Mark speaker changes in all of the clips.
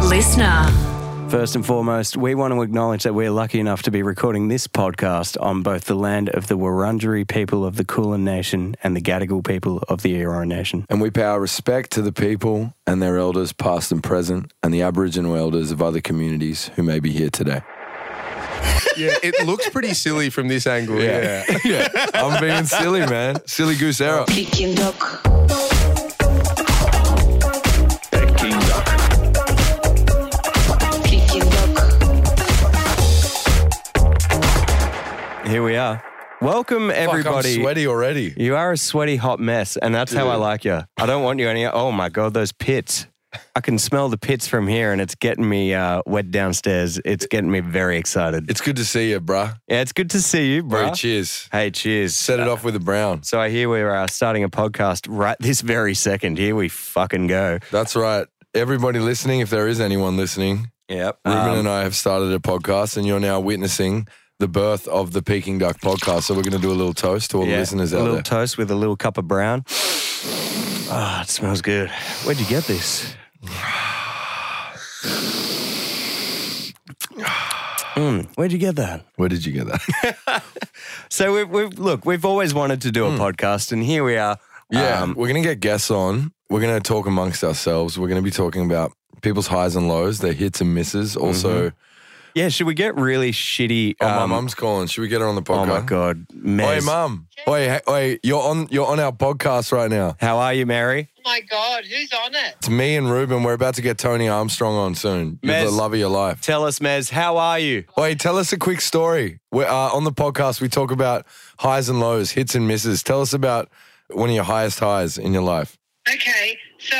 Speaker 1: listener.
Speaker 2: First and foremost, we want to acknowledge that we're lucky enough to be recording this podcast on both the land of the Wurundjeri people of the Kulin Nation and the Gadigal people of the Eora Nation.
Speaker 3: And we pay our respect to the people and their elders, past and present, and the Aboriginal elders of other communities who may be here today.
Speaker 4: Yeah, it looks pretty silly from this angle. Yeah.
Speaker 3: yeah. I'm being silly, man. Silly goose era.
Speaker 1: Peking Duck. Peking Duck.
Speaker 2: Here we are. Welcome, everybody.
Speaker 4: I'm sweaty already.
Speaker 2: You are a sweaty hot mess, and that's how I like you. I don't want you any. Oh my god, those pits! I can smell the pits from here, and it's getting me uh, wet downstairs. It's getting me very excited.
Speaker 3: It's good to see you, bruh.
Speaker 2: Yeah, it's good to see you, bro.
Speaker 3: Bro, cheers.
Speaker 2: Hey, cheers.
Speaker 3: Set it off with a brown.
Speaker 2: So I hear we're uh, starting a podcast right this very second. Here we fucking go.
Speaker 3: That's right. Everybody listening, if there is anyone listening,
Speaker 2: Yep.
Speaker 3: Ruben and I have started a podcast, and you're now witnessing the birth of the Peking Duck podcast. So we're going to do a little toast to all the listeners
Speaker 2: a
Speaker 3: out
Speaker 2: little
Speaker 3: there.
Speaker 2: toast with a little cup of brown. Ah, it smells good. Where'd you get this? Mm, where'd you get that?
Speaker 3: Where did you get that?
Speaker 2: So we've, we've look, we've always wanted to do a podcast, and here we are.
Speaker 3: Hmm. Yeah,
Speaker 2: Um,
Speaker 3: we're gonna get guests on. We're gonna talk amongst ourselves. We're gonna be talking about people's highs and lows, their hits and misses. Also,
Speaker 2: yeah. Should we get really shitty?
Speaker 3: Mm-hmm. oh, my
Speaker 2: um,
Speaker 3: mum's calling. Should we get her on the
Speaker 2: oh
Speaker 3: podcast?
Speaker 2: my god,
Speaker 3: Oi,
Speaker 2: Mez.
Speaker 3: mum. Oi, hey, oi, you're on. You're on our podcast right now.
Speaker 2: How are you, Mary?
Speaker 5: Oh my God, who's on it?
Speaker 3: It's me and Ruben. We're about to get Tony Armstrong on soon. You're
Speaker 2: Mez.
Speaker 3: the love of your life.
Speaker 2: Tell us, Mez. How are you?
Speaker 3: Oi, tell us a quick story. We're, uh, on the podcast, we talk about highs and lows, hits and misses. Tell us about one of your highest highs in your life.
Speaker 5: Okay, so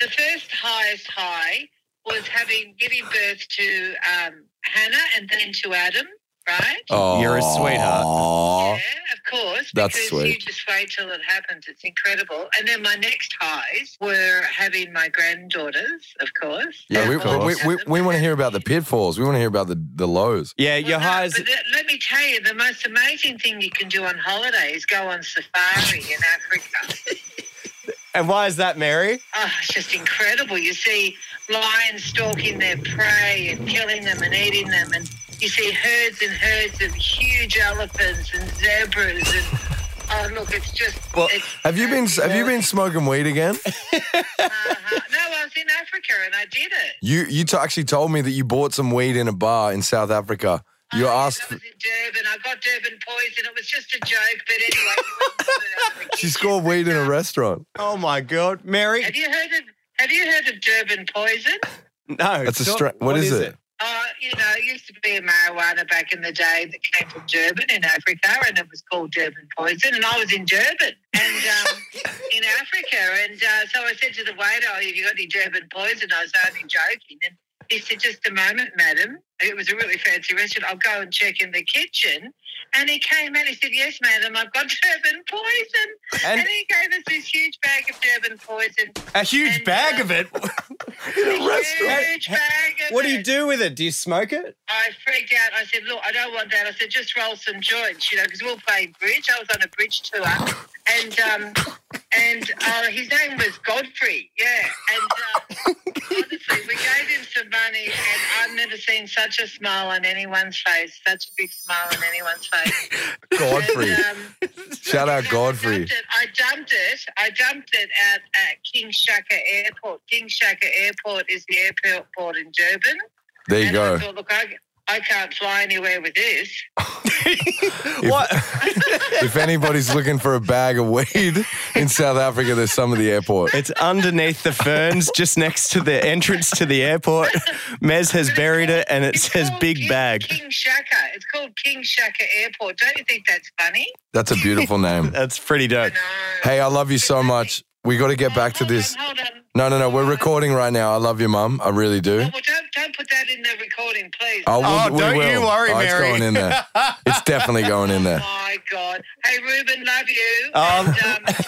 Speaker 5: the first highest high was having giving birth to um, Hannah and then to Adam, right?
Speaker 3: Oh,
Speaker 2: You're a sweetheart.
Speaker 3: Aw.
Speaker 5: Yeah, of course.
Speaker 3: Uh-huh. That's
Speaker 5: because
Speaker 3: sweet.
Speaker 5: you just wait till it happens. It's incredible. And then my next highs were having my granddaughters, of course.
Speaker 3: Yeah, we,
Speaker 5: And all
Speaker 3: we,
Speaker 5: of
Speaker 3: we, we,
Speaker 5: them.
Speaker 3: want to hear about the pitfalls. We want to hear about the, the lows.
Speaker 2: Yeah, your
Speaker 5: Well, no,
Speaker 2: highs.
Speaker 5: But let- let me tell you, the most amazing thing you can do on holiday is go on safari in Africa.
Speaker 2: And why is that, Mary?
Speaker 5: Oh, it's just incredible. You see lions stalking their prey and killing them and eating them, and you see herds and herds of huge elephants and zebras and. Oh look, it's just.
Speaker 2: Well,
Speaker 5: it's
Speaker 3: Have you been have you been smoking weed again?
Speaker 5: Uh-huh. No, I was in Africa and I did it.
Speaker 3: You you t- actually told me that you bought some weed in a bar in South Africa. You
Speaker 5: I
Speaker 3: asked.
Speaker 5: was in Durban. I got Durban poison. It was just a joke, but anyway. you wouldn't do it.
Speaker 3: She scored weed in a restaurant.
Speaker 2: Oh my God, Mary.
Speaker 5: Have you heard of? Have you heard of Durban poison?
Speaker 2: No,
Speaker 3: That's a
Speaker 2: stop.
Speaker 3: stra- what is, it?
Speaker 5: Uh, you know, it used to be a marijuana back in the day that came from Durban in Africa, and it was called Durban poison. And I was in Durban and um, in Africa, and uh, so I said to the waiter, "Oh, have you got any Durban poison?" I was only joking, and he said, "Just a moment, madam." It was a really fancy restaurant. I'll go and check in the kitchen. And he came out. He said, "Yes, madam, I've got Durban poison." And,
Speaker 2: And
Speaker 5: he gave us this huge bag of Durban poison.
Speaker 2: a huge
Speaker 5: and,
Speaker 2: bag
Speaker 5: uh,
Speaker 2: of it.
Speaker 5: Huge bag of
Speaker 2: What do
Speaker 5: it.
Speaker 2: you do with it? Do you smoke it?
Speaker 5: I freaked out. I said, "Look, I don't want that." I said, "Just roll some joints, you know, because we were playing bridge. I was on a bridge tour, and um, and uh, his name was Godfrey. Yeah, and uh, honestly, we gave him some money, and I've never seen such a smile on anyone's face, such a big smile on anyone's face.
Speaker 3: Godfrey.
Speaker 5: And, um,
Speaker 3: Shout out
Speaker 5: yeah,
Speaker 3: Godfrey.
Speaker 5: I dumped it. I dumped it. I dumped it out at King Shaka Airport. King Shaka Airport is the airport in Durban.
Speaker 3: There you
Speaker 5: and
Speaker 3: go.
Speaker 5: I thought, look, I, I can't fly anywhere with this.
Speaker 2: What?
Speaker 3: If anybody's looking for a bag of weed in South Africa, there's some at the airport.
Speaker 2: it's underneath the ferns, just next to the entrance to the airport. Mez has buried it, and it says
Speaker 5: called
Speaker 2: "big
Speaker 5: King,
Speaker 2: bag."
Speaker 5: King Shaka. It's called King Shaka Airport. Don't you think that's funny?
Speaker 3: That's a beautiful name.
Speaker 2: That's pretty dope.
Speaker 5: No.
Speaker 3: Hey, I love you so much. We got to get back to
Speaker 5: Hold on,
Speaker 3: this.
Speaker 5: Hold on.
Speaker 3: No, no, no. We're recording right now. I love you, mum. I really do.
Speaker 5: Oh, well, don't, don't put that in the recording, please.
Speaker 3: I will,
Speaker 2: Oh,
Speaker 3: we
Speaker 2: don't
Speaker 3: will.
Speaker 2: you worry,
Speaker 3: oh, it's
Speaker 2: Mary.
Speaker 3: going in there. It's definitely going in there.
Speaker 5: my God. Hey, Ruben, love you.
Speaker 2: Um,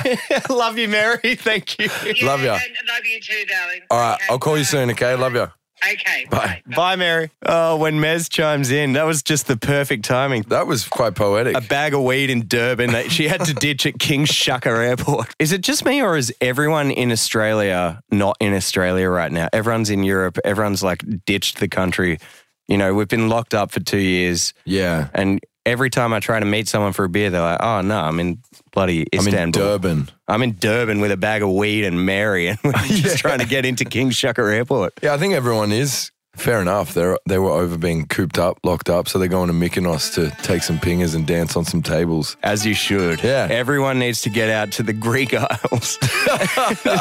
Speaker 5: and, um,
Speaker 2: Love you, Mary. Thank you.
Speaker 5: yeah,
Speaker 3: Love ya.
Speaker 5: And love you too, darling.
Speaker 3: All right,
Speaker 5: Okay,
Speaker 3: I'll call you
Speaker 5: bye.
Speaker 3: soon, okay? Love you.
Speaker 5: Okay.
Speaker 3: Bye.
Speaker 2: Bye, Mary. Oh, when Mez chimes in, that was just the perfect timing.
Speaker 3: That was quite poetic.
Speaker 2: A bag of weed in Durban that she had to ditch at King Shaka Airport. Is it just me or is everyone in Australia not in Australia right now? Everyone's in Europe. Everyone's like ditched the country. You know, we've been locked up for two years.
Speaker 3: yeah.
Speaker 2: And every time I try to meet someone for a beer, they're like, oh, no, I'm in bloody
Speaker 3: I'm
Speaker 2: Istanbul.
Speaker 3: in Durban.
Speaker 2: I'm in Durban with a bag of weed and Mary, and we're just trying to get into King Shaka Airport.
Speaker 3: Yeah, I think everyone is. Fair enough. They're they were over being cooped up, locked up, so they're going to Mykonos to take some pingers and dance on some tables.
Speaker 2: As you should.
Speaker 3: Yeah.
Speaker 2: Everyone needs to get out to the Greek Isles.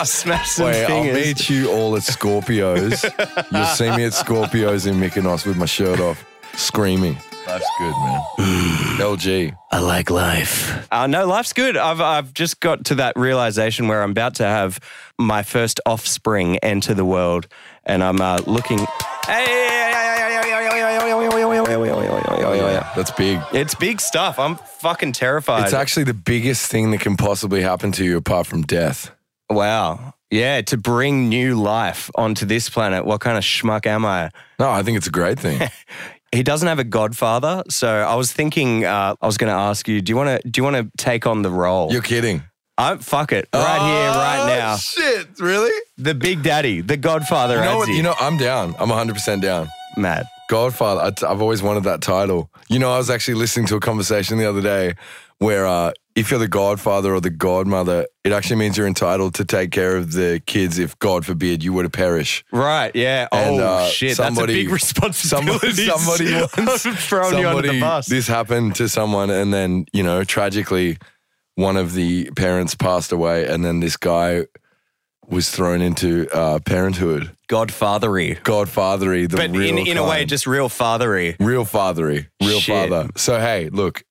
Speaker 2: Smash some
Speaker 3: Wait, I'll
Speaker 2: fingers.
Speaker 3: meet you all at Scorpios. You'll see me at Scorpios in Mykonos with my shirt off, screaming. Life's good, man. LG.
Speaker 2: I like life. Uh, no, life's good. I've, I've just got to that realization where I'm about to have my first offspring enter the world, and I'm uh, looking. Hey!
Speaker 3: That's big.
Speaker 2: It's big stuff. I'm fucking terrified.
Speaker 3: It's actually the biggest thing that can possibly happen to you apart from death.
Speaker 2: Wow. Yeah, to bring new life onto this planet. What kind of schmuck am I?
Speaker 3: No, I think it's a great thing.
Speaker 2: He doesn't have a godfather, so I was thinking uh, I was going to ask you, do you want to do you want to take on the role?
Speaker 3: You're kidding.
Speaker 2: I fuck it right here,
Speaker 3: Oh,
Speaker 2: right now.
Speaker 3: Shit, really?
Speaker 2: The Big Daddy, the Godfather.
Speaker 3: You know what?
Speaker 2: Adzi.
Speaker 3: You know, I'm down. I'm 100% down.
Speaker 2: Matt.
Speaker 3: Godfather. I t- I've always wanted that title. You know, I was actually listening to a conversation the other day where uh, if you're the godfather or the godmother, it actually means you're entitled to take care of the kids if, God forbid, you were to perish.
Speaker 2: Right? Yeah.
Speaker 3: And,
Speaker 2: oh
Speaker 3: uh,
Speaker 2: shit!
Speaker 3: somebody-
Speaker 2: That's a big responsibility.
Speaker 3: Somebody, somebody once
Speaker 2: I've thrown you under
Speaker 3: somebody-
Speaker 2: the bus.
Speaker 3: This happened to someone, and then you know, tragically, one of the parents passed away, and then this guy was thrown into uh, parenthood,
Speaker 2: Godfathery,
Speaker 3: godfathery. The
Speaker 2: but
Speaker 3: real
Speaker 2: in, in a way,
Speaker 3: kind.
Speaker 2: just real fathery.
Speaker 3: Real fathery, real
Speaker 2: Shit.
Speaker 3: father. So hey, look,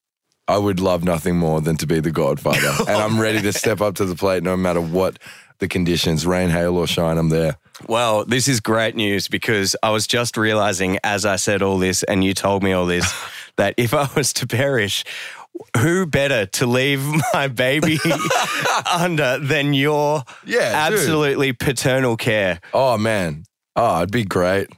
Speaker 3: I would love nothing more than to be the godfather, and I'm ready to step up to the plate no matter what the conditions, rain, hail, or shine. I'm there.
Speaker 2: Well, this is great news because I was just realizing as I said all this and you told me all this that if I was to perish, who better to leave my baby under than your
Speaker 3: Yeah, dude.
Speaker 2: absolutely paternal care?
Speaker 3: Oh man, oh, it'd be great.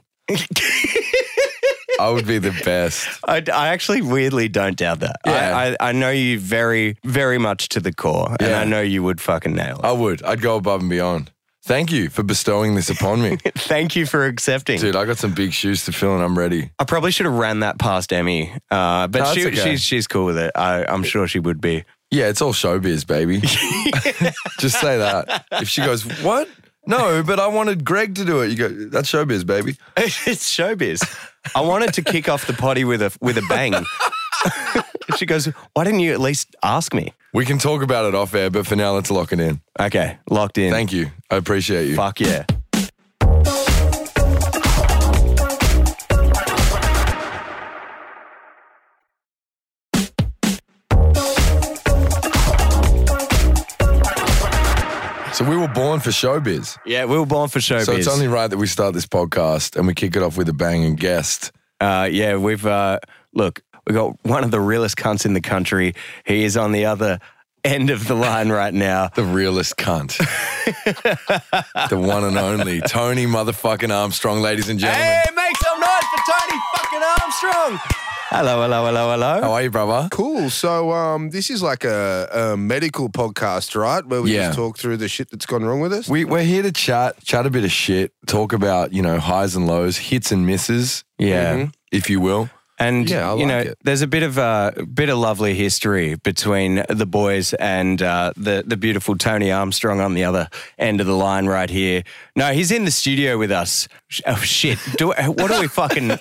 Speaker 3: I would be the best.
Speaker 2: I, I actually weirdly don't doubt that.
Speaker 3: Yeah.
Speaker 2: I, I, I know you very, very much to the core, and
Speaker 3: Yeah. Oh.
Speaker 2: I know you would fucking nail it.
Speaker 3: I would. I'd go above and beyond. Thank you for bestowing this upon me.
Speaker 2: Thank you for accepting.
Speaker 3: Dude, I got some big shoes to fill and I'm ready.
Speaker 2: I probably should have ran that past Emmy, uh, but
Speaker 3: No,
Speaker 2: she,
Speaker 3: that's okay.
Speaker 2: she's she's cool with it. I, I'm sure she would be.
Speaker 3: Yeah, it's all showbiz, baby. Just say that. If she goes, What? No, but I wanted Greg to do it. You go, That's showbiz, baby.
Speaker 2: it's showbiz. I wanted to kick off the potty with a with a bang. she goes, "Why didn't you at least ask me?"
Speaker 3: We can talk about it off air, but for now, let's lock it in.
Speaker 2: Okay, locked in.
Speaker 3: Thank you. I appreciate you.
Speaker 2: Fuck yeah.
Speaker 3: So, we were born for showbiz.
Speaker 2: Yeah, we were born for showbiz.
Speaker 3: So, it's only right that we start this podcast and we kick it off with a bang and guest.
Speaker 2: Uh, yeah, we've uh, look. We got one of the realest cunts in the country. He is on the other end of the line right now.
Speaker 3: The realest cunt. the one and only Tony motherfucking Armstrong, ladies and gentlemen.
Speaker 2: Hey, make some noise for Tony fucking Armstrong. Oh, Hello, hello, hello, hello.
Speaker 3: How are you, brother?
Speaker 4: Cool. So um, this is like a, a medical podcast, right? Where we
Speaker 3: Yeah.
Speaker 4: just talk through the shit that's gone wrong with us.
Speaker 3: We, we're here to chat, chat a bit of shit, talk about, you know, highs and lows, hits and misses. Mm-hmm.
Speaker 2: Yeah.
Speaker 3: If you will.
Speaker 2: And
Speaker 3: Yeah, I
Speaker 2: you know,
Speaker 3: like it.
Speaker 2: there's a bit of uh, bit of lovely history between the boys and uh, the the beautiful Tony Armstrong on the other end of the line right here. No, he's in the studio with us. Sh- Oh shit! Do, what are we fucking?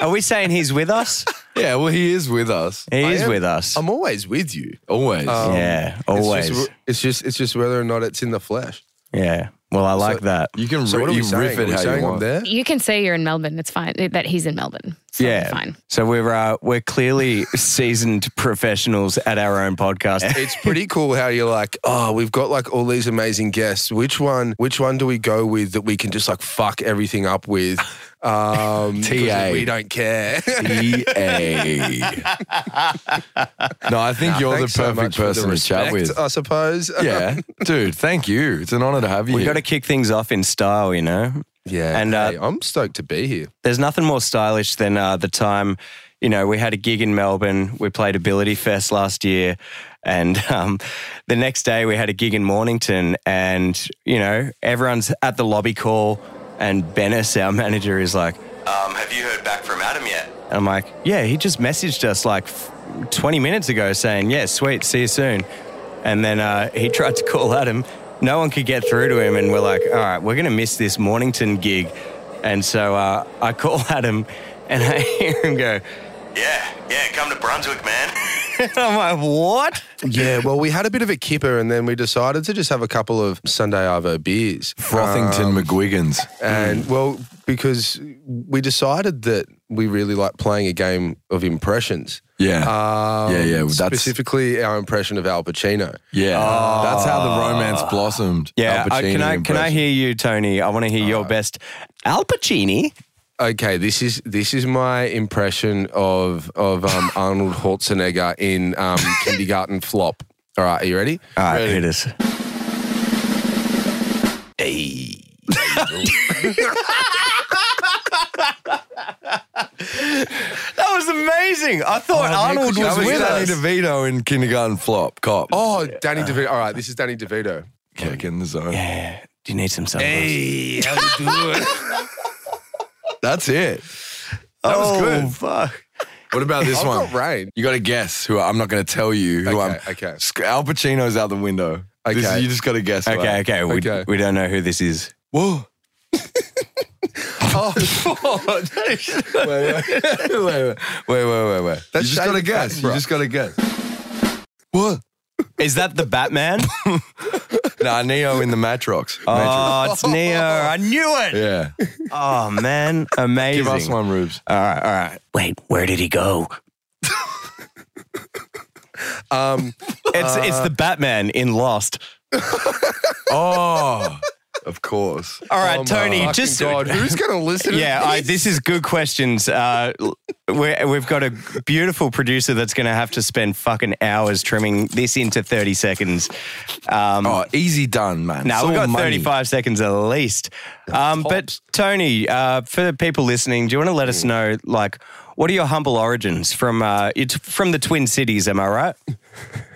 Speaker 2: Are we saying he's with us?
Speaker 3: Yeah, well, he is with us.
Speaker 2: He
Speaker 4: I
Speaker 2: is
Speaker 4: am-
Speaker 2: with us.
Speaker 4: I'm always with you.
Speaker 3: Always.
Speaker 4: Um,
Speaker 2: yeah,
Speaker 4: It's
Speaker 2: always.
Speaker 4: just- It's just, it's just whether or not it's in the flesh.
Speaker 2: yeah. Well, I like that.
Speaker 3: you can
Speaker 4: So
Speaker 3: ri-
Speaker 4: what are we
Speaker 3: you
Speaker 4: saying?
Speaker 3: riff
Speaker 4: Are
Speaker 3: it
Speaker 4: we
Speaker 3: how
Speaker 4: saying
Speaker 3: you
Speaker 4: I'm
Speaker 3: want.
Speaker 4: there?
Speaker 6: You can say you're in Melbourne. It's fine that he's in Melbourne. So
Speaker 2: yeah.
Speaker 6: fine.
Speaker 2: So we're uh, we're clearly seasoned professionals at our own podcast.
Speaker 4: It's pretty cool how you're like, oh, we've got like all these amazing guests. Which one? Which one do we go with that we can just like fuck everything up with? Um, 'cause
Speaker 3: TA.
Speaker 4: we don't care.
Speaker 3: EA. no, I think you're the
Speaker 4: Thanks so
Speaker 3: perfect
Speaker 4: much for the
Speaker 3: person to chat
Speaker 4: respect,
Speaker 3: with.
Speaker 4: I suppose.
Speaker 3: yeah. Dude, thank you. It's an honor to have you
Speaker 2: We
Speaker 3: here.
Speaker 2: got to kick things off in style, you know.
Speaker 4: Yeah.
Speaker 2: And, uh,
Speaker 4: hey, I'm stoked to be here.
Speaker 2: There's nothing more stylish than uh, the time, you know, we had a gig in Melbourne. We played Ability Fest last year. And um, the next day we had a gig in Mornington. And, you know, everyone's at the lobby call. And Bennis, our manager, is like, um, Have you heard back from Adam yet? And I'm like, Yeah, he just messaged us like f- 20 minutes ago saying, Yeah, sweet, see you soon. And then uh, he tried to call Adam. No one could get through to him. And we're like, All right, we're going to miss this Mornington gig. And so uh, I call Adam and I hear him go, Yeah, yeah, come to Brunswick, man. and I'm like, What?
Speaker 4: Yeah, well, we had a bit of a kipper and then we decided to just have a couple of Sunday Arvo beers.
Speaker 3: Frothington McGuigan's.
Speaker 4: And well, because we decided that we really like playing a game of impressions.
Speaker 3: Yeah.
Speaker 4: Um,
Speaker 3: Yeah, yeah, that's-
Speaker 4: specifically our impression of Al Pacino.
Speaker 3: yeah. That's how the romance blossomed.
Speaker 2: Yeah,
Speaker 3: Al
Speaker 2: I, can I
Speaker 3: Pacino
Speaker 2: can I
Speaker 3: impression.
Speaker 2: hear you, Tony? I want to hear your best Al Pacini.
Speaker 4: Okay, this is this is my impression of of um, Arnold Schwarzenegger in um, Kindergarten Flop. All right, are you ready?
Speaker 2: All right, hit us. that was amazing. I thought Arnold
Speaker 3: That
Speaker 2: was
Speaker 3: was
Speaker 2: with
Speaker 3: Danny
Speaker 2: us.
Speaker 3: DeVito in Kindergarten Flop. Cop.
Speaker 4: Oh, Danny DeVito. All right, this is Danny DeVito.
Speaker 3: Okay, get in the zone.
Speaker 2: Yeah. Do you need some sunglasses?
Speaker 4: Hey, how you doing?
Speaker 3: That's it.
Speaker 2: that
Speaker 3: was good.
Speaker 2: Fuck.
Speaker 3: What about this
Speaker 4: Oh, I've
Speaker 3: one?
Speaker 4: got rain.
Speaker 3: You got to guess who I- I'm not going to tell you who
Speaker 4: Okay,
Speaker 3: I'm.
Speaker 4: okay.
Speaker 3: Sc- Al Pacino's out the window. This is-
Speaker 4: Okay.
Speaker 3: you just got to guess.
Speaker 2: Okay,
Speaker 3: right?
Speaker 2: okay. We,
Speaker 4: Okay.
Speaker 2: we don't know who this is.
Speaker 3: Whoa.
Speaker 4: Oh,
Speaker 3: Wait, wait, wait, wait, wait, wait, wait.
Speaker 4: That's
Speaker 3: you just got to
Speaker 4: Shane
Speaker 3: guess.
Speaker 4: Patton,
Speaker 3: You
Speaker 4: bro.
Speaker 3: just got to guess. What?
Speaker 2: Is that the Batman?
Speaker 3: Nah, Neo in the Matrox. Matrox.
Speaker 2: oh, it's Neo. I knew it.
Speaker 3: Yeah.
Speaker 2: Oh, man. Amazing.
Speaker 3: Give us one, Rubes.
Speaker 2: All right, all right. Wait, where did he go?
Speaker 4: um,
Speaker 2: It's it's the Batman in Lost.
Speaker 3: Oh, of course.
Speaker 2: All right,
Speaker 4: oh my
Speaker 2: Tony,
Speaker 4: fucking
Speaker 2: just
Speaker 4: God, who's going to listen?
Speaker 2: yeah,
Speaker 4: to
Speaker 2: I,
Speaker 4: this?
Speaker 2: this is good questions. Uh, we we've got a beautiful producer that's going to have to spend fucking hours trimming this into thirty seconds. Um,
Speaker 3: Oh, easy done, man.
Speaker 4: Oh,
Speaker 2: Now
Speaker 3: It's
Speaker 2: we've
Speaker 3: all
Speaker 2: got
Speaker 3: money.
Speaker 2: 35 seconds at least. Um, but Tony, uh, for the people listening, do you want to let us know, like, what are your humble origins from? Uh, it's from the Twin Cities, am I right?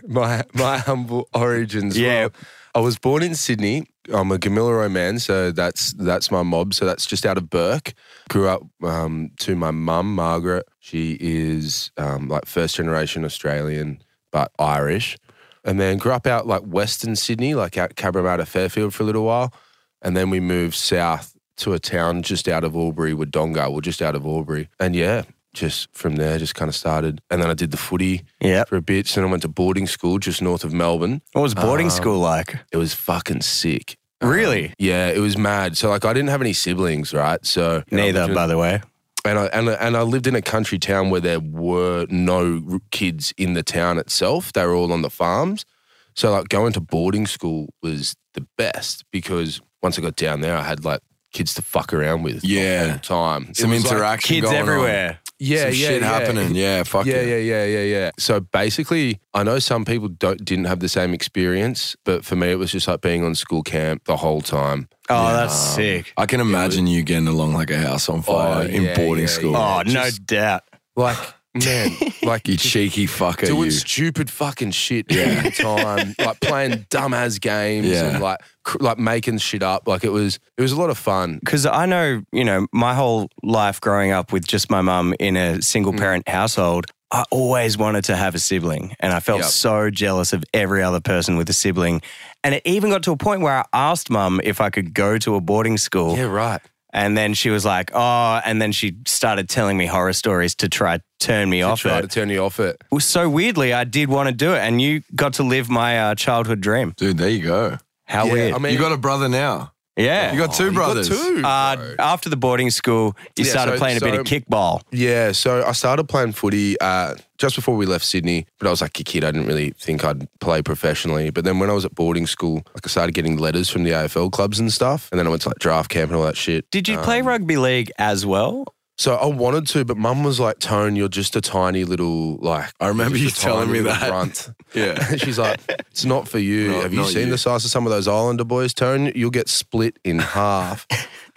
Speaker 4: my my humble origins.
Speaker 2: Yeah.
Speaker 4: Well, I was born in Sydney. I'm a Gamilero man, so that's that's my mob. So that's just out of Burke. Grew up um, to my mum, Margaret. She is um, like first generation Australian, but Irish. And then grew up out like Western Sydney, like out Cabramatta, Fairfield for a little while. And then we moved south to a town just out of Albury, Wodonga. Well, just out of Albury. And yeah, just from there, just kind of started. And then I did the footy
Speaker 2: Yep.
Speaker 4: for a bit. So then I went to boarding school just north of Melbourne.
Speaker 2: What was boarding school like?
Speaker 4: It was fucking sick. Uh,
Speaker 2: Really?
Speaker 4: Yeah, it was mad. So like I didn't have any siblings, right? So
Speaker 2: Neither,
Speaker 4: and I
Speaker 2: by the way.
Speaker 4: and I, and, I- and I lived in a country town where there were no r- kids in the town itself. They were all on the farms. So like going to boarding school was the best because once I got down there, I had like kids to fuck around with.
Speaker 3: Yeah.
Speaker 4: all the time. It
Speaker 3: Some
Speaker 4: was, like,
Speaker 3: interaction.
Speaker 2: Kids
Speaker 3: going on.
Speaker 2: everywhere.
Speaker 4: yeah,
Speaker 3: Some
Speaker 4: yeah,
Speaker 3: shit
Speaker 4: yeah.
Speaker 3: happening. Yeah, fuck
Speaker 4: yeah,
Speaker 3: it.
Speaker 4: yeah, yeah, yeah, yeah. So basically, I know some people don't didn't have the same experience, but for me, it was just like being on school camp the whole time.
Speaker 2: Oh, that's sick.
Speaker 3: I can imagine you getting along like a house on fire
Speaker 4: Oh,
Speaker 3: in
Speaker 4: yeah,
Speaker 3: boarding
Speaker 4: yeah,
Speaker 3: school.
Speaker 2: Oh,
Speaker 4: just-
Speaker 2: no doubt.
Speaker 4: Like, man, like
Speaker 3: You
Speaker 4: just
Speaker 3: cheeky fucker,
Speaker 4: doing
Speaker 3: you.
Speaker 4: stupid fucking shit all the time, like playing dumbass games
Speaker 3: Yeah.
Speaker 4: and like cr- like making shit up. Like it was it was a lot of fun.
Speaker 2: because I know, you know, my whole life growing up with just my mum in a single
Speaker 4: Mm.
Speaker 2: parent household, I always wanted to have a sibling. And I felt
Speaker 4: Yep.
Speaker 2: so jealous of every other person with a sibling. And it even got to a point where I asked mum if I could go to a boarding school.
Speaker 4: Yeah, right.
Speaker 2: And then she was like, oh, and then she started telling me horror stories to try turn me off
Speaker 4: Try to
Speaker 2: it.
Speaker 4: turn you off it.
Speaker 2: Well, so weirdly, I did want to do it. And you got to live my uh, childhood dream.
Speaker 3: Dude, there you go.
Speaker 2: How
Speaker 4: Yeah,
Speaker 2: weird.
Speaker 4: I mean-
Speaker 3: you got a brother now.
Speaker 2: yeah.
Speaker 3: You got two brothers.
Speaker 4: Oh, Two.
Speaker 2: uh, after the boarding school, you
Speaker 4: Yeah,
Speaker 2: started
Speaker 4: so-
Speaker 2: playing a bit
Speaker 4: so-
Speaker 2: of kickball.
Speaker 4: Yeah, so I started playing footy uh, just before we left Sydney, but I was like a kid. I didn't really think I'd play professionally. But then when I was at boarding school, like I started getting letters from the AFL clubs and stuff, and then I went to like draft camp and all that shit.
Speaker 2: Did you
Speaker 4: Um,
Speaker 2: play rugby league as well?
Speaker 4: So I wanted to, but Mum was like, "Tone, you're just a tiny little like."
Speaker 3: I remember
Speaker 4: just
Speaker 3: you
Speaker 4: a
Speaker 3: telling
Speaker 4: tiny
Speaker 3: me
Speaker 4: little
Speaker 3: that.
Speaker 4: Grunt.
Speaker 3: Yeah.
Speaker 4: She's like, "It's not for you.
Speaker 3: Not-
Speaker 4: Have you
Speaker 3: not
Speaker 4: seen
Speaker 3: you."
Speaker 4: the size of some of those Islander boys, Tone? You'll get split in half."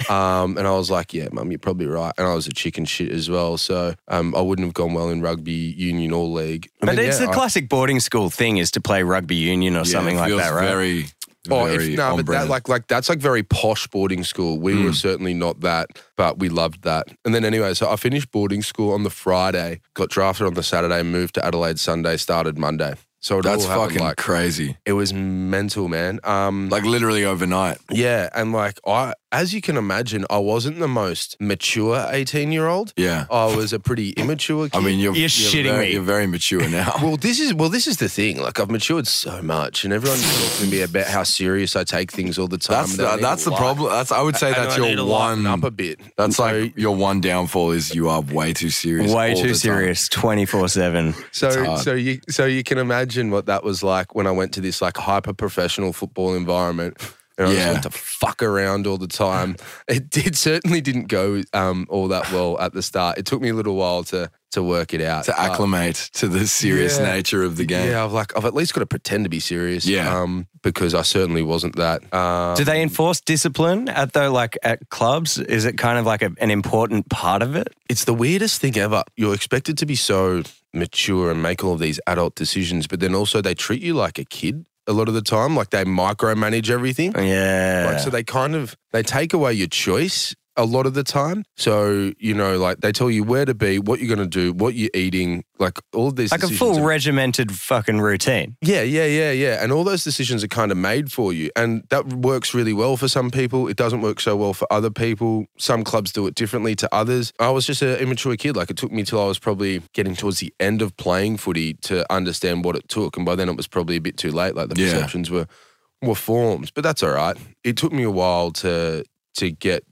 Speaker 4: Um, and I was like, yeah, mum, you're probably right. And I was a chicken shit as well. So um, I wouldn't have gone well in rugby union or league. I
Speaker 2: But
Speaker 4: mean,
Speaker 2: it's
Speaker 4: yeah,
Speaker 2: the
Speaker 4: I-
Speaker 2: classic boarding school thing is to play rugby union or something like that, right?
Speaker 3: Very,
Speaker 4: Oh,
Speaker 3: very
Speaker 4: if, no,
Speaker 3: on
Speaker 4: but that,
Speaker 3: brand.
Speaker 4: like, like that's like very posh boarding school. We were
Speaker 3: Hmm.
Speaker 4: certainly not that, but we loved that. And then anyway, so I finished boarding school on the Friday, got drafted on the Saturday, moved to Adelaide Sunday, started Monday. So it
Speaker 3: that's
Speaker 4: all happened
Speaker 3: fucking
Speaker 4: like
Speaker 3: crazy.
Speaker 4: it was mental, man. Um,
Speaker 3: Mm. Like literally overnight.
Speaker 4: yeah, and like I, as you can imagine, I wasn't the most mature eighteen-year-old.
Speaker 3: Yeah.
Speaker 4: I was a pretty immature. Kid.
Speaker 3: I mean, you're
Speaker 2: You're shitting
Speaker 3: very,
Speaker 2: me.
Speaker 3: You're very mature now.
Speaker 4: Well, this is well, this is the thing. Like I've matured so much, and everyone talks to me about how serious I take things all the time.
Speaker 3: that's
Speaker 4: that I
Speaker 3: the,
Speaker 4: need
Speaker 3: that's
Speaker 4: to
Speaker 3: the
Speaker 4: lighten
Speaker 3: problem. That's I would say
Speaker 4: And
Speaker 3: that's
Speaker 4: I need
Speaker 3: your
Speaker 4: to lighten
Speaker 3: one.
Speaker 4: up a bit.
Speaker 3: That's
Speaker 4: So-
Speaker 3: like your one downfall is you are way too serious.
Speaker 2: Way
Speaker 3: all the
Speaker 2: too
Speaker 3: time.
Speaker 2: serious, 24 7.
Speaker 3: it's
Speaker 4: so
Speaker 3: hard.
Speaker 4: so you so you can imagine what that was like when I went to this like hyper professional football environment. And I just
Speaker 3: Yeah.
Speaker 4: went to fuck around all the time. It did certainly didn't go um, all that well at the start. It took me a little while to to work it out.
Speaker 3: To
Speaker 4: but-
Speaker 3: acclimate to the serious
Speaker 4: Uh, Yeah.
Speaker 3: nature of the game.
Speaker 4: Yeah, I've like I've at least got to pretend to be serious.
Speaker 3: Yeah.
Speaker 4: Um, because I certainly wasn't that. Um,
Speaker 2: Do they enforce discipline at though like at clubs? Is it kind of like a, an important part of it?
Speaker 4: it's the weirdest thing ever. You're expected to be so mature and make all of these adult decisions, but then also they treat you like a kid a lot of the time. Like they micromanage everything.
Speaker 2: Yeah.
Speaker 4: Like, so they kind of they take away your choice a lot of the time. So you know, like they tell you where to be, what you're going to do, what you're eating, like all of these
Speaker 2: like a
Speaker 4: decisions
Speaker 2: full
Speaker 4: are-
Speaker 2: regimented fucking routine.
Speaker 4: yeah, yeah, yeah, yeah. And all those decisions are kind of made for you. And that works really well for some people. It doesn't work so well for other people. Some clubs do it differently to others. I was just an immature kid. Like it took me till I was probably getting towards the end of playing footy to understand what it took. And by then it was probably a bit too late. Like the
Speaker 3: Yeah.
Speaker 4: perceptions were were formed. But that's all right. It took me a while to to get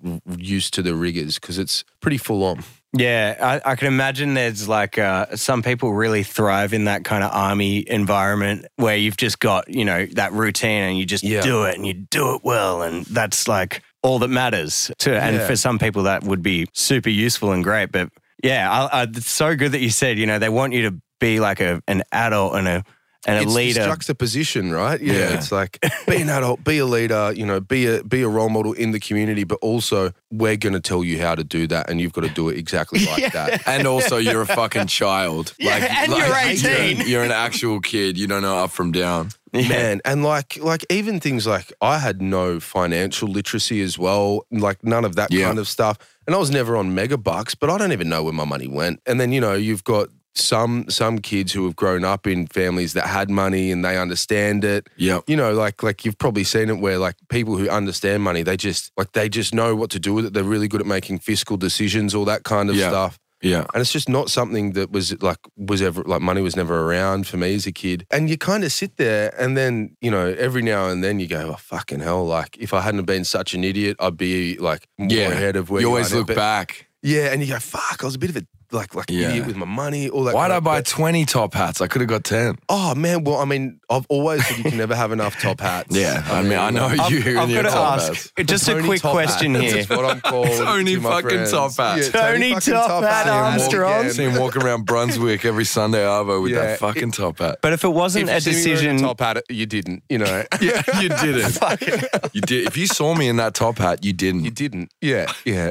Speaker 4: used to the rigors because it's pretty full on.
Speaker 2: Yeah, I, I can imagine there's like uh, some people really thrive in that kind of army environment where you've just got, you know, that routine and you just
Speaker 4: Yeah.
Speaker 2: do it and you do it well. And that's like all that matters. To, and
Speaker 4: Yeah.
Speaker 2: for some people, that would be super useful and great. But yeah, I, I, it's so good that you said, you know, they want you to be like a, an adult and a, and a
Speaker 4: it's this
Speaker 2: leader.
Speaker 4: juxtaposition, right? Yeah,
Speaker 3: Yeah.
Speaker 4: it's like be an adult, be a leader, you know, be a be a role model in the community, but also we're going to tell you how to do that, and you've got to do it exactly like that.
Speaker 3: And also, you're a fucking child. Like,
Speaker 2: and you're
Speaker 3: like,
Speaker 2: 18.
Speaker 3: You're, you're an actual kid. You don't know up from down.
Speaker 4: Man, and like like even things like I had no financial literacy as well, like none of that
Speaker 3: Yeah.
Speaker 4: kind of stuff, and I was never on mega bucks, but I don't even know where my money went. And then you know you've got. Some some kids who have grown up in families that had money and they understand it,
Speaker 3: Yep.
Speaker 4: you know, like like you've probably seen it where like people who understand money, they just like they just know what to do with it. They're really good at making fiscal decisions, all that kind of
Speaker 3: Yeah.
Speaker 4: stuff.
Speaker 3: Yeah.
Speaker 4: And it's just not something that was like was ever like money was never around for me as a kid. And you kind of sit there and then, you know, every now and then you go, Oh fucking hell, like if I hadn't been such an idiot, I'd be like more
Speaker 3: Yeah.
Speaker 4: ahead of where
Speaker 3: you
Speaker 4: you,
Speaker 3: always
Speaker 4: are now."
Speaker 3: look
Speaker 4: But-
Speaker 3: back.
Speaker 4: Yeah, and you go, Fuck, I was a bit of a like like
Speaker 3: Yeah.
Speaker 4: idiot with my money, all that
Speaker 3: Why'd
Speaker 4: kind
Speaker 3: I
Speaker 4: of-
Speaker 3: buy
Speaker 4: but-
Speaker 3: 20 top hats? I could have got 10.
Speaker 4: Oh man, well I mean I've always said you can never have enough top hats.
Speaker 3: Yeah. I mean, I know
Speaker 2: I've,
Speaker 3: you
Speaker 2: I've
Speaker 3: and
Speaker 2: got
Speaker 3: your
Speaker 2: to
Speaker 3: top
Speaker 2: ask
Speaker 3: hats.
Speaker 2: just a
Speaker 4: Tony
Speaker 2: quick
Speaker 4: Top
Speaker 2: question
Speaker 4: Hat.
Speaker 2: here.
Speaker 4: That's what I'm called.
Speaker 3: Tony
Speaker 4: to my
Speaker 3: fucking
Speaker 4: friends.
Speaker 3: Top Hat.
Speaker 2: Tony
Speaker 4: fucking
Speaker 2: Top Hat
Speaker 4: Seeing him walk
Speaker 2: Armstrong.
Speaker 4: again.
Speaker 3: See him walking around Brunswick every Sunday Arvo with
Speaker 4: Yeah.
Speaker 3: that fucking top hat.
Speaker 2: But if it wasn't
Speaker 4: If you
Speaker 2: a
Speaker 4: see me wearing
Speaker 2: decision,
Speaker 4: top hat, you didn't. You know,
Speaker 3: Yeah, you didn't. you did. If you saw me in that top hat, you didn't.
Speaker 4: you didn't. Yeah, yeah.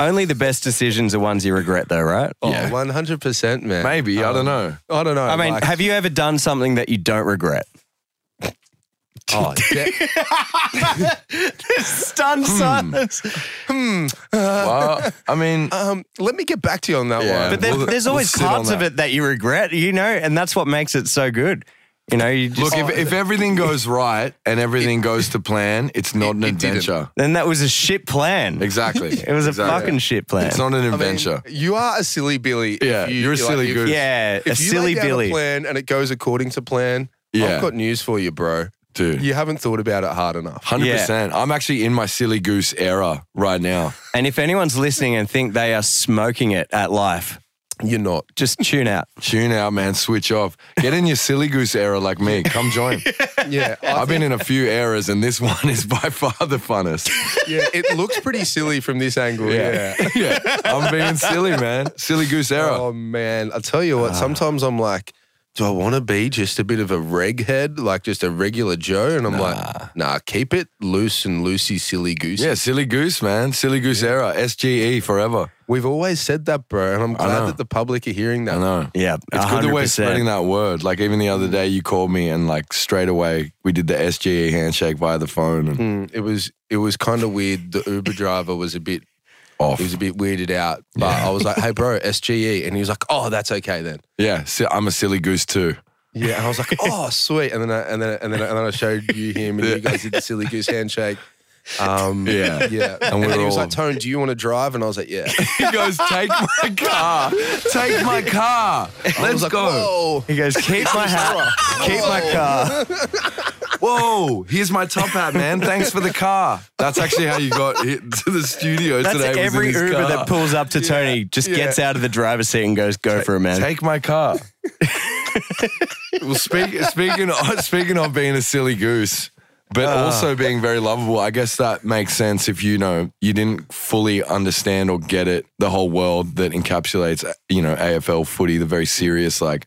Speaker 2: only the best decisions are ones you regret, though, right?
Speaker 4: Oh, one hundred percent, man.
Speaker 3: Maybe I don't
Speaker 4: Um,
Speaker 3: know.
Speaker 4: I don't know.
Speaker 2: I mean, have you ever done something that you don't regret?
Speaker 4: Oh, de-
Speaker 2: Stunned
Speaker 3: Hmm.
Speaker 2: silence.
Speaker 3: Well, I mean,
Speaker 4: um, let me get back to you on that
Speaker 3: Yeah.
Speaker 4: one.
Speaker 2: But there,
Speaker 3: We'll-
Speaker 2: there's
Speaker 3: we'll
Speaker 2: always
Speaker 3: sit on
Speaker 2: parts of
Speaker 3: that.
Speaker 2: it that you regret, you know, and that's what makes it so good. You know, you just,
Speaker 3: look, if, if everything goes right and everything goes to plan, it's not an
Speaker 4: it didn't.
Speaker 3: adventure.
Speaker 2: then that was a shit plan.
Speaker 3: Exactly.
Speaker 2: It was a
Speaker 3: Exactly.
Speaker 2: fucking shit plan.
Speaker 3: It's not an
Speaker 4: I mean,
Speaker 3: adventure.
Speaker 4: you are a silly Billy. if
Speaker 3: Yeah,
Speaker 4: you,
Speaker 3: you're a
Speaker 4: like,
Speaker 3: silly
Speaker 4: if-
Speaker 3: goose.
Speaker 2: yeah, a
Speaker 4: If you
Speaker 2: silly
Speaker 4: lay down
Speaker 2: Billy.
Speaker 4: a plan and it goes according to plan,
Speaker 3: Yeah.
Speaker 4: I've got news for you, bro.
Speaker 3: dude.
Speaker 4: You haven't thought about it hard enough.
Speaker 3: Hundred percent. I'm actually in my silly goose era right now.
Speaker 2: And if anyone's listening and think they are smoking it at life,
Speaker 4: You're not.
Speaker 2: just tune out.
Speaker 3: Tune out, man. Switch off. Get in your silly goose era like me. Come join.
Speaker 4: Yeah, I
Speaker 3: I've been in a few eras, and this one is by far the funnest.
Speaker 4: yeah, it looks pretty silly from this angle. Yeah.
Speaker 3: yeah. I'm being silly, man. Silly goose era. Ah.
Speaker 4: Oh man, I tell you what. Sometimes I'm like, do I want to be just a bit of a reg head, like just a regular Joe? And I'm
Speaker 2: Nah.
Speaker 4: like, nah, keep it loose and loosey, silly goose.
Speaker 3: Yeah, silly goose, man. Silly goose era. SGE forever.
Speaker 4: We've always said that, bro. And I'm
Speaker 3: know.
Speaker 4: glad that the public are hearing
Speaker 3: I
Speaker 4: that.
Speaker 3: know.
Speaker 2: Yeah,
Speaker 3: It's good that we're
Speaker 2: 100%.
Speaker 3: spreading that word. Like even the other day, you called me and like straight away we did the SGE handshake via the phone and
Speaker 4: Mm, it was it was kind of weird. The Uber driver was a bit
Speaker 3: off.
Speaker 4: he was a bit weirded out, but I was like, "Hey, bro, SGE," and he was like, "Oh, that's okay then."
Speaker 3: Yeah, si- I'm a silly goose too.
Speaker 4: Yeah, and I was like, "Oh, sweet," and then I, and then and then and then I showed you him, and you guys did the silly goose handshake. Um,
Speaker 3: Yeah.
Speaker 4: yeah.
Speaker 3: And
Speaker 4: And,
Speaker 3: we
Speaker 4: then
Speaker 3: were
Speaker 4: he was
Speaker 3: all-
Speaker 4: like, "Tone, do you want to drive?" And I was like, "Yeah."
Speaker 3: He goes, take my car, take my car.
Speaker 4: I
Speaker 3: Let's
Speaker 4: was like,
Speaker 3: go.
Speaker 4: "Whoa."
Speaker 2: He goes, keep my hat, keep my car.
Speaker 3: Whoa, here's my top hat, man. Thanks for the car. That's actually how you got hit to the studio
Speaker 2: That's
Speaker 3: today. was in
Speaker 2: every
Speaker 3: his
Speaker 2: Uber
Speaker 3: car.
Speaker 2: that pulls up to Tony just gets out of the driver's seat and goes, go for it, man.
Speaker 3: Take my car. well, speak, speaking of, speaking of being a silly goose, but also being very lovable, I guess that makes sense if you know you didn't fully understand or get it the whole world that encapsulates you know AFL footy, the very serious like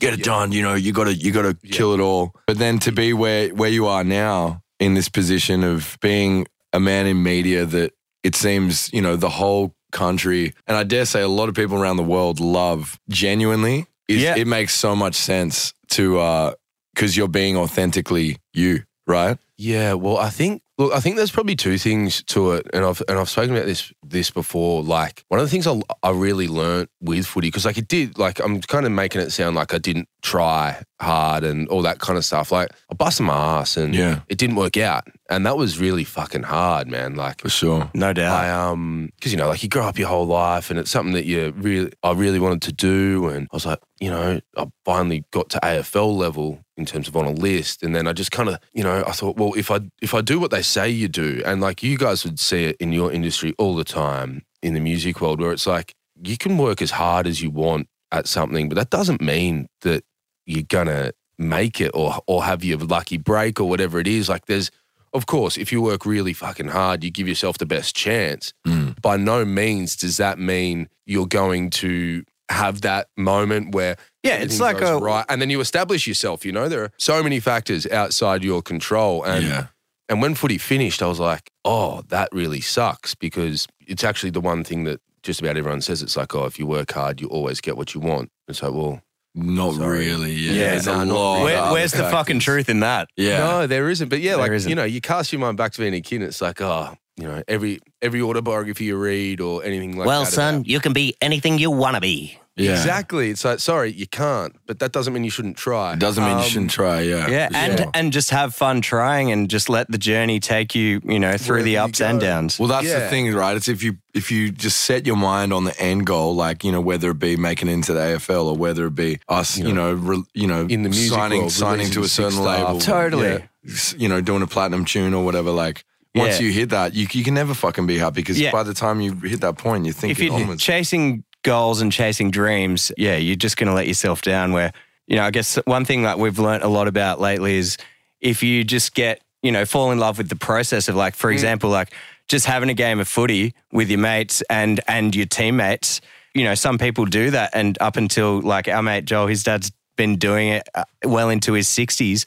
Speaker 3: get it done, you know you got to you got to kill it all. But then to be where where you are now in this position of being a man in media that it seems, you know, the whole country and I dare say a lot of people around the world love genuinely. Is,
Speaker 2: Yeah.
Speaker 3: It makes so much sense to, uh, cause you're being authentically you, right?
Speaker 4: Yeah, well, I think look, I think there's probably two things to it, and I've and I've spoken about this this before. Like one of the things I I really learnt with footy because like it did like I'm kind of making it sound like I didn't try hard and all that kind of stuff. Like I busted my ass and
Speaker 3: Yeah.
Speaker 4: it didn't work out, and that was really fucking hard, man. Like
Speaker 3: For sure.
Speaker 2: No doubt.
Speaker 4: I um because you know like you grow up your whole life and it's something that you really I really wanted to do and I was like you know I finally got to AFL level in terms of on a list and then I just kind of you know I thought well if I if I do what they say you do and like you guys would see it in your industry all the time in the music world where it's like you can work as hard as you want at something but that doesn't mean that you're gonna make it or or have your lucky break or whatever it is like there's of course, if you work really fucking hard, you give yourself the best chance.
Speaker 3: Mm.
Speaker 4: By no means does that mean you're going to have that moment where
Speaker 2: Yeah, it's
Speaker 4: everything
Speaker 2: like
Speaker 4: goes
Speaker 2: a-
Speaker 4: right, and then you establish yourself. You know, there are so many factors outside your control, and
Speaker 3: Yeah.
Speaker 4: and when footy finished, I was like, oh, that really sucks because it's actually the one thing that just about everyone says. It's like, oh, if you work hard, you always get what you want. It's like, well,
Speaker 3: Not
Speaker 4: Sorry.
Speaker 3: really. Yeah.
Speaker 2: Yeah,
Speaker 3: There's
Speaker 4: nah,
Speaker 3: a
Speaker 4: not
Speaker 3: lot
Speaker 4: really.
Speaker 2: Where-
Speaker 3: of other
Speaker 2: where's the
Speaker 3: factors.
Speaker 2: fucking truth in that?
Speaker 3: Yeah.
Speaker 4: No, there isn't. But yeah,
Speaker 2: There
Speaker 4: like
Speaker 2: isn't.
Speaker 4: you know, you cast your mind back to being a kid, and it's like, oh, you know, every every autobiography you read or anything like that. about-
Speaker 2: you can be anything you want to be.
Speaker 3: yeah.
Speaker 4: Exactly. It's like, sorry, you can't, but that doesn't mean you shouldn't try.
Speaker 3: It doesn't mean you
Speaker 4: Um,
Speaker 3: shouldn't try. Yeah.
Speaker 2: Yeah,
Speaker 3: For
Speaker 2: and
Speaker 3: sure.
Speaker 2: and just have fun trying and just let the journey take you, you know, through
Speaker 4: Wherever
Speaker 2: the
Speaker 4: you
Speaker 2: ups and
Speaker 4: go.
Speaker 2: downs.
Speaker 3: Well, that's the
Speaker 4: Yeah.
Speaker 3: thing, right? It's if you if you just set your mind on the end goal, like you know, whether it be making it into the AFL or whether it be us, you know, re, you know,
Speaker 4: in the music
Speaker 3: signing
Speaker 4: world,
Speaker 3: signing to a
Speaker 4: releasing
Speaker 3: certain
Speaker 4: six stuff.
Speaker 3: label,
Speaker 2: Totally.
Speaker 3: Yeah. S- you know, doing a platinum tune or whatever. Like once
Speaker 2: Yeah.
Speaker 3: you hit that, you you can never fucking be happy because
Speaker 2: Yeah.
Speaker 3: by the time you hit that point, you're
Speaker 2: if
Speaker 3: thinking
Speaker 2: you're
Speaker 3: onwards.
Speaker 2: chasing goals and chasing dreams, yeah, you're just going to let yourself down. Where, you know, I guess one thing that we've learnt a lot about lately is if you just get, you know, fall in love with the process of like,
Speaker 4: Mm.
Speaker 2: for example, like just having a game of footy with your mates and and your teammates. You know, some people do that, and up until like our mate Joel, his dad's been doing it uh, well into his sixties,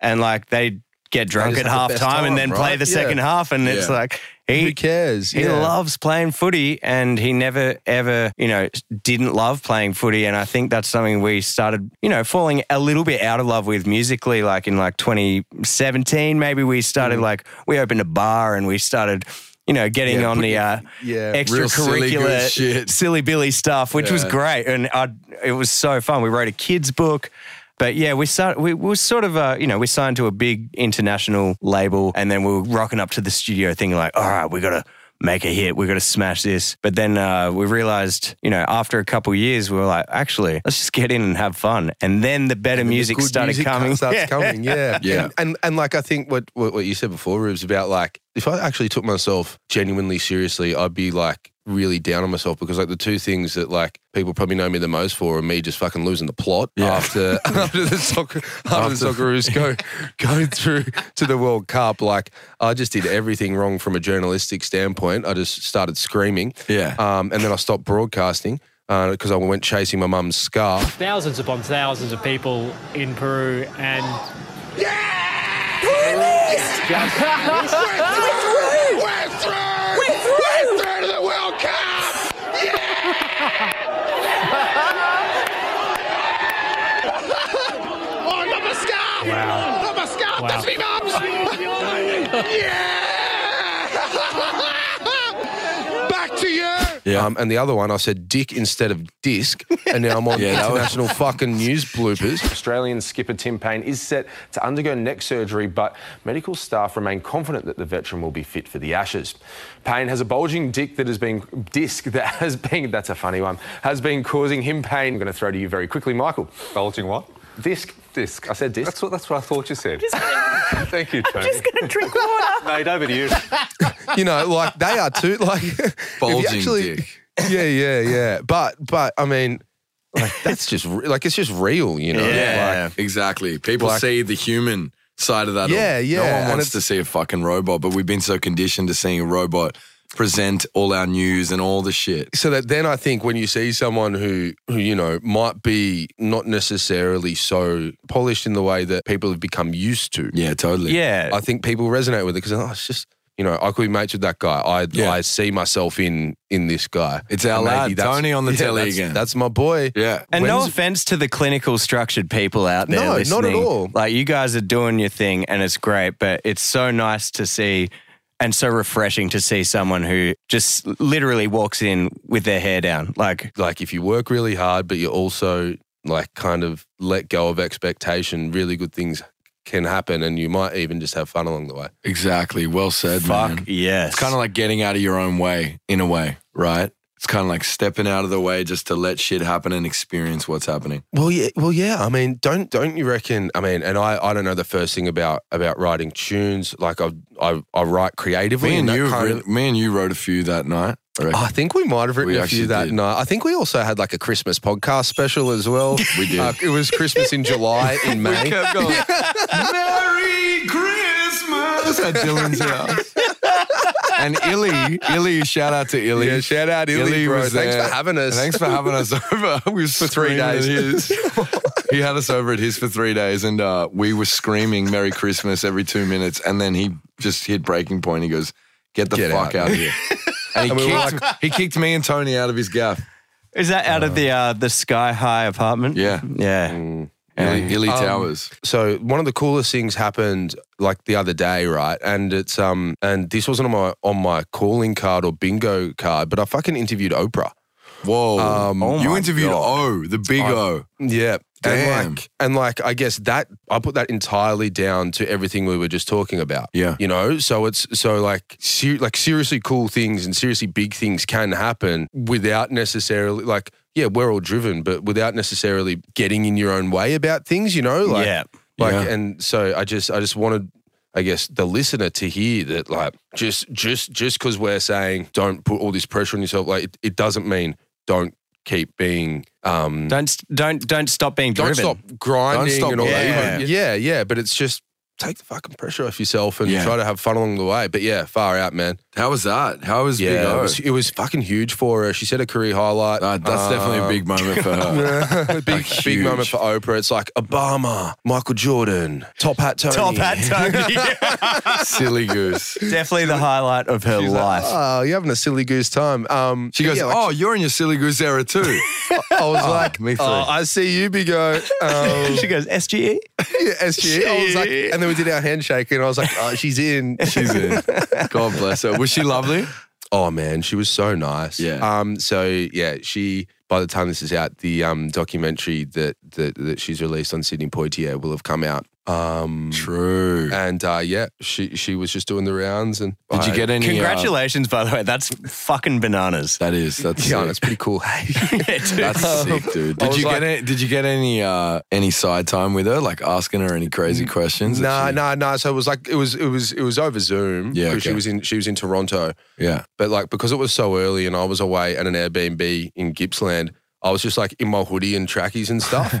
Speaker 2: and like they get drunk
Speaker 4: just
Speaker 2: at
Speaker 4: have
Speaker 2: half
Speaker 4: the
Speaker 2: time,
Speaker 4: best
Speaker 2: and
Speaker 4: time,
Speaker 2: then play
Speaker 4: right?
Speaker 2: the
Speaker 4: Yeah.
Speaker 2: second half, and it's
Speaker 3: Yeah.
Speaker 2: like he
Speaker 4: Who cares?
Speaker 2: he
Speaker 4: Yeah.
Speaker 2: loves playing footy and he never, ever, you know, didn't love playing footy. And I think that's something we started, you know, falling a little bit out of love with musically, like in like 2017. Maybe we started
Speaker 4: Mm.
Speaker 2: like, we opened a bar and we started, you know, getting
Speaker 4: Yeah,
Speaker 2: on
Speaker 4: put
Speaker 2: the uh,
Speaker 4: yeah,
Speaker 3: real silly good
Speaker 2: extracurricular silly,
Speaker 3: shit.
Speaker 2: Billy stuff, which was
Speaker 3: Yeah.
Speaker 2: great. And I, it was so fun. We wrote a kid's book. But yeah, we start, we we were sort of, uh, you know, we signed to a big international label and then we were rocking up to the studio thinking like, all right, we got to make a hit. We got to smash this. But then uh, we realized, you know, after a couple years, we were like, actually, let's just get in and have fun. And then the better
Speaker 4: the
Speaker 2: music
Speaker 4: good
Speaker 2: started coming.
Speaker 4: Starts
Speaker 2: Yeah.
Speaker 4: coming, yeah,
Speaker 3: Yeah.
Speaker 4: And, and and like I think what, what what you said before, Rubes, about like if I actually took myself genuinely seriously, I'd be like really down on myself because like the two things that like people probably know me the most for are me just fucking losing the plot
Speaker 3: Yeah.
Speaker 4: after after the soccer after, the Socceroos go go through to the World Cup. Like I just did everything wrong from a journalistic standpoint. I just started screaming.
Speaker 3: yeah.
Speaker 4: Um, and then I stopped broadcasting. because I went chasing my mum's scarf.
Speaker 7: thousands upon thousands of people in Peru and Wow.
Speaker 3: Yeah.
Speaker 4: Um, and the other one, I said dick instead of disc, and now I'm on international fucking news bloopers.
Speaker 8: Australian skipper Tim Payne is set to undergo neck surgery, but medical staff remain confident that the veteran will be fit for the Ashes. Payne has a bulging dick that has been disc that has been that's a funny one has been causing him pain. I'm going to throw to you very quickly, Michael.
Speaker 9: Bulging what?
Speaker 8: Disc, disc. I said disc.
Speaker 9: That's what, that's what I thought you said. Thank you, Tony.
Speaker 6: just gonna drink water.
Speaker 9: Mate, over to you.
Speaker 4: you know, like they are too. Like if you
Speaker 3: Bulging dick.
Speaker 4: Yeah, yeah, yeah. But but I mean, like that's just re- like it's just real, you know.
Speaker 3: Yeah,
Speaker 4: Like,
Speaker 3: exactly. People
Speaker 4: Like-
Speaker 3: see the human side of that. all.
Speaker 4: Yeah, yeah,
Speaker 3: No one
Speaker 4: and
Speaker 3: wants
Speaker 4: it's-
Speaker 3: to see a fucking robot, but we've been so conditioned to seeing a robot present all our news and all the shit.
Speaker 4: so that then I think when you see someone who who you know might be not necessarily so polished in the way that people have become used to.
Speaker 3: Yeah, totally.
Speaker 2: Yeah.
Speaker 4: I think people resonate with it because oh, it's just you know I could be mates with that guy. I
Speaker 3: Yeah.
Speaker 4: I see myself in in this guy.
Speaker 3: It's our
Speaker 4: And maybe
Speaker 3: lad,
Speaker 4: that's-
Speaker 3: Tony on the
Speaker 4: yeah,
Speaker 3: telly
Speaker 4: that's-
Speaker 3: again.
Speaker 4: That's my boy.
Speaker 3: yeah.
Speaker 2: And no
Speaker 4: When's-
Speaker 2: offense to the clinical structured people out there.
Speaker 4: No, not at
Speaker 2: listening.
Speaker 4: all.
Speaker 2: Like you guys are doing your thing and it's great, but it's so nice to see and so refreshing to see someone who just literally walks in with their hair down. Like,
Speaker 4: like if you work really hard but you also like kind of let go of expectation really good things can happen and you might even just have fun along the way
Speaker 3: Exactly. Well said,
Speaker 2: fuck
Speaker 3: man.
Speaker 2: yes.
Speaker 3: It's kind of like getting out of your own way in a way, right? It's kind of like stepping out of the way just to let shit happen and experience what's happening.
Speaker 4: well yeah well yeah i mean don't don't you reckon i mean and i i don't know the first thing about about writing tunes like i i, I write creatively
Speaker 3: Me and
Speaker 4: that
Speaker 3: you,
Speaker 4: kind
Speaker 3: have
Speaker 4: of-
Speaker 3: writ- me and you wrote a few that night. I reckon.
Speaker 4: I think we might have written
Speaker 3: We
Speaker 4: a
Speaker 3: actually
Speaker 4: few that
Speaker 3: did.
Speaker 4: night. I think we also had like a Christmas podcast special as well.
Speaker 3: We did.
Speaker 4: Uh, it was Christmas in July, in May.
Speaker 3: Merry Christmas at Dylan's house. and Illy, Illy, shout out to Illy.
Speaker 4: Yeah, shout out Illy, bro. Thanks for having us.
Speaker 3: Thanks for having us over. We was for
Speaker 4: three days.
Speaker 3: he had us over at his for three days, and uh, we were screaming "Merry Christmas" every two minutes, and then he just hit breaking point. He goes, "Get the
Speaker 4: Get
Speaker 3: fuck
Speaker 4: out.
Speaker 3: out of here." And he,
Speaker 4: we were
Speaker 3: kicked, he kicked me and Tony out of his gaff.
Speaker 2: Is that out of the uh, the sky high apartment?
Speaker 3: Yeah.
Speaker 2: Yeah.
Speaker 3: Illy, Illy
Speaker 4: Um,
Speaker 3: Towers.
Speaker 4: So one of the coolest things happened like the other day, right? And it's um and this wasn't on my on my calling card or bingo card, but I fucking interviewed Oprah.
Speaker 3: Whoa!
Speaker 4: um, oh
Speaker 3: you
Speaker 4: my
Speaker 3: interviewed
Speaker 4: God.
Speaker 3: O, the big O.
Speaker 4: Yeah.
Speaker 3: Damn.
Speaker 4: And like and like I guess that I put that entirely down to everything we were just talking about.
Speaker 3: Yeah.
Speaker 4: You know, so it's so like ser- like seriously cool things and seriously big things can happen without necessarily like yeah, we're all driven, but without necessarily getting in your own way about things, you know? Like
Speaker 2: yeah.
Speaker 4: like
Speaker 3: Yeah.
Speaker 4: and so i just i just wanted i guess the listener to hear that like just just just because we're saying don't put all this pressure on yourself like it, it doesn't mean don't keep being um
Speaker 2: Don't st- don't don't stop being
Speaker 4: don't
Speaker 2: driven.
Speaker 4: stop grinding
Speaker 3: Don't stop
Speaker 4: and all that
Speaker 2: believing.
Speaker 4: yeah. yeah yeah but it's just take the fucking pressure off yourself and
Speaker 3: Yeah.
Speaker 4: try to have fun along the way but yeah far out man
Speaker 3: How was that? How was Big
Speaker 4: yeah
Speaker 3: O?
Speaker 4: it was, it was fucking huge for her she set a career highlight
Speaker 3: Uh, that's definitely a
Speaker 4: Um,
Speaker 3: big moment for her.
Speaker 4: big, big
Speaker 3: huge.
Speaker 4: moment for Oprah. It's like Obama, Michael Jordan, Top Hat Tony.
Speaker 2: Top hat Tony.
Speaker 3: Silly goose.
Speaker 2: Definitely the highlight of her life.
Speaker 4: Oh, you're having a silly goose time. Um,
Speaker 3: She
Speaker 4: but
Speaker 3: goes,
Speaker 4: yeah, like,
Speaker 3: Oh, you're in your silly goose era too. Ah,
Speaker 4: I was like,
Speaker 3: me too.
Speaker 4: "Oh, I see you, Big O. Um,
Speaker 2: she goes E? SGE.
Speaker 4: yeah, SG. I was like, and then we did our handshake, and I was like, oh, she's in.
Speaker 3: She's in. God bless her. Was she lovely?
Speaker 4: oh man, she was so nice.
Speaker 3: Yeah.
Speaker 4: Um. So yeah, she. By the time this is out, the um documentary that that, that she's released on Sydney Poitier will have come out. Um.
Speaker 3: True.
Speaker 4: And uh, yeah, she she was just doing the rounds, and
Speaker 3: Did you
Speaker 4: I-
Speaker 3: get any? uh,
Speaker 2: Congratulations, by the way. That's fucking bananas.
Speaker 3: that is. That's
Speaker 4: Yeah,
Speaker 3: sick.
Speaker 4: that's pretty cool. Um,
Speaker 3: That's sick, dude.
Speaker 4: I
Speaker 3: Did
Speaker 4: was
Speaker 3: you
Speaker 4: like-
Speaker 3: get any, Did you get any uh, any side time with her? Like asking her any crazy questions? that
Speaker 4: No,
Speaker 3: she-
Speaker 4: no, no. So it was like it was it was it was over Zoom.
Speaker 3: Yeah,
Speaker 4: 'cause she
Speaker 3: okay.
Speaker 4: was in she was in Toronto,
Speaker 3: Yeah.
Speaker 4: but like because it was so early and I was away at an Airbnb in Gippsland, I was just like in my hoodie and trackies and stuff.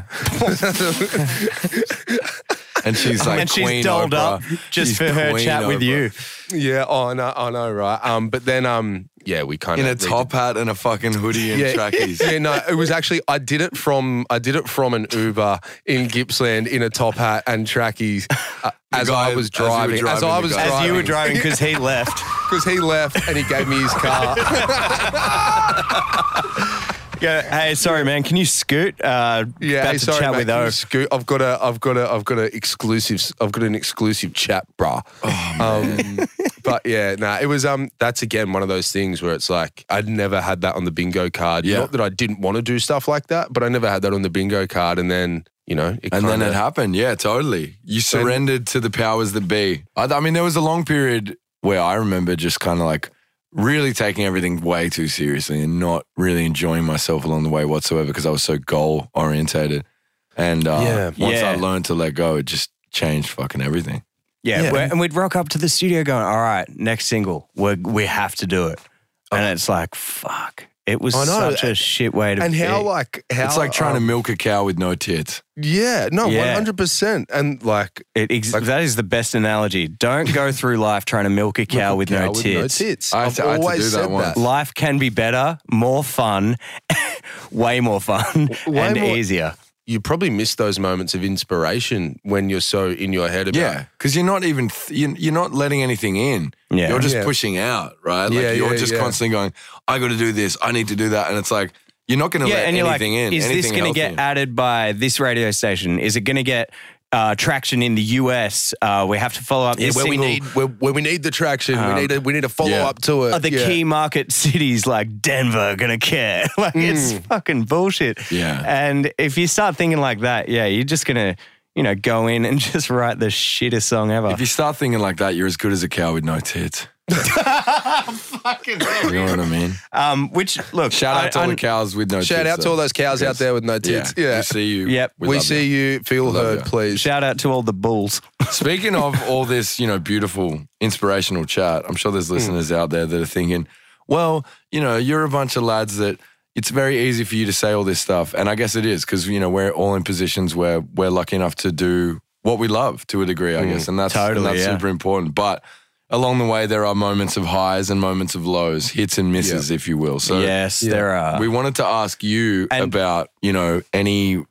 Speaker 3: And she's like,
Speaker 2: and she's
Speaker 3: Queen
Speaker 2: dolled
Speaker 3: Oprah.
Speaker 2: up just
Speaker 3: She's
Speaker 2: for her
Speaker 3: Queen
Speaker 2: chat with
Speaker 3: Oprah.
Speaker 2: you.
Speaker 4: yeah, oh, I know, I know, right? Um, but then um, yeah, we kind
Speaker 3: in
Speaker 4: of
Speaker 3: a top hat and a fucking hoodie and
Speaker 4: yeah,
Speaker 3: trackies.
Speaker 4: Yeah, no, it was actually I did it from I did it from an Uber in Gippsland in a top hat and trackies uh, as
Speaker 3: guy-
Speaker 4: I was
Speaker 3: as you were
Speaker 4: driving. As I
Speaker 3: driving, the
Speaker 4: was
Speaker 3: guy-
Speaker 2: As you were
Speaker 4: driving,
Speaker 2: driving, because he left.
Speaker 4: because he left and he gave me his car.
Speaker 2: Go, hey, sorry, man. Can you scoot? Uh,
Speaker 4: Yeah,
Speaker 2: about
Speaker 4: hey,
Speaker 2: to
Speaker 4: sorry,
Speaker 2: chat
Speaker 4: mate,
Speaker 2: with
Speaker 4: can you
Speaker 2: those.
Speaker 4: scoot? I've got a, I've got a, I've got a exclusive. I've got an exclusive chat, brah.
Speaker 3: Oh,
Speaker 4: um, but yeah, nah, it was. Um, that's again one of those things where it's like I'd never had that on the bingo card.
Speaker 3: Yeah.
Speaker 4: Not that I didn't want to do stuff like that, but I never had that on the bingo card. And then you know, it
Speaker 3: And then
Speaker 4: kinda-
Speaker 3: it happened. Yeah, totally. You surrendered to the powers that be. I, I mean, there was a long period where I remember just kind of like really taking everything way too seriously and not really enjoying myself along the way whatsoever because I was so goal orientated. And uh,
Speaker 4: Yeah.
Speaker 3: once I
Speaker 2: Yeah.
Speaker 3: learned to let go, it just changed fucking everything.
Speaker 2: Yeah,
Speaker 4: Yeah.
Speaker 2: we're- and we'd rock up to the studio going, "All right, next single, we we have to do it," and it's like, "Fuck!" It was
Speaker 4: I know,
Speaker 2: such a shit way to
Speaker 4: And how uh,
Speaker 2: be.
Speaker 4: like how
Speaker 3: It's like trying to
Speaker 4: um,
Speaker 3: milk a cow with no tits.
Speaker 4: yeah no one
Speaker 2: Yeah.
Speaker 4: hundred percent and like
Speaker 2: It ex-
Speaker 4: Like-
Speaker 2: that is the best analogy. Don't go through life trying to milk a cow, with, no
Speaker 4: cow
Speaker 2: tits.
Speaker 3: I had
Speaker 4: I've
Speaker 3: to- I had to
Speaker 4: always
Speaker 3: do that
Speaker 4: said
Speaker 3: once.
Speaker 4: that.
Speaker 2: Life can be better, more fun, way more fun,
Speaker 4: Way
Speaker 2: and
Speaker 4: more-
Speaker 2: easier.
Speaker 4: You probably miss those moments of inspiration when you're so in your head about
Speaker 3: Yeah, because you're not even th- you- you're not letting anything in.
Speaker 2: Yeah.
Speaker 3: you're just
Speaker 4: Yeah.
Speaker 3: pushing out, right? Like
Speaker 4: Yeah,
Speaker 3: you're
Speaker 4: yeah,
Speaker 3: just
Speaker 4: yeah.
Speaker 3: constantly going, "I got to do this. I need to do that," and it's like you're not going to
Speaker 2: yeah,
Speaker 3: let
Speaker 2: and you're like,
Speaker 3: anything in.
Speaker 2: is this
Speaker 3: anything
Speaker 2: going to get
Speaker 3: healthy in.
Speaker 2: added by this radio station? Is it going to get uh, traction in the US? Uh, we have to follow up
Speaker 4: Yeah,
Speaker 2: this
Speaker 4: where we
Speaker 2: single.
Speaker 4: need where, where we need the traction, we need a, we need a follow
Speaker 3: Um, yeah.
Speaker 4: up to it.
Speaker 2: Are Oh, the
Speaker 4: Yeah.
Speaker 2: key market cities like Denver going to care? like it's fucking bullshit.
Speaker 3: Yeah.
Speaker 2: And if you start thinking like that, yeah, you're just going to, you know, go in and just write the shittest song ever.
Speaker 3: If you start thinking like that, you're as good as a cow with no tits. You know what I mean?
Speaker 2: um, which look,
Speaker 3: Shout out to
Speaker 2: I-
Speaker 3: all
Speaker 2: I-
Speaker 3: the cows with no tits.
Speaker 4: Shout out to all those cows out there with no
Speaker 3: Yeah,
Speaker 4: tits. Yeah,
Speaker 3: we see you.
Speaker 2: Yep.
Speaker 4: We,
Speaker 3: we love
Speaker 4: see you. Feel
Speaker 3: love
Speaker 4: heard,
Speaker 3: you.
Speaker 4: please.
Speaker 2: Shout out to all the bulls.
Speaker 3: Speaking of all this, you know, beautiful, inspirational chat, I'm sure
Speaker 2: Hmm.
Speaker 3: there's listeners out there that are thinking, well, you know, you're a bunch of lads that it's very easy for you to say all this stuff. And I guess it is because, you know, we're all in positions where we're lucky enough to do what we love to a degree, I guess. And that's, and
Speaker 2: Hmm. Totally,
Speaker 3: that's
Speaker 2: yeah.
Speaker 3: super important. But along the way, there are moments of highs and moments of lows, hits and misses, if you will. So
Speaker 2: yes, there are.
Speaker 3: we wanted to ask you
Speaker 2: And-
Speaker 3: about, you know, any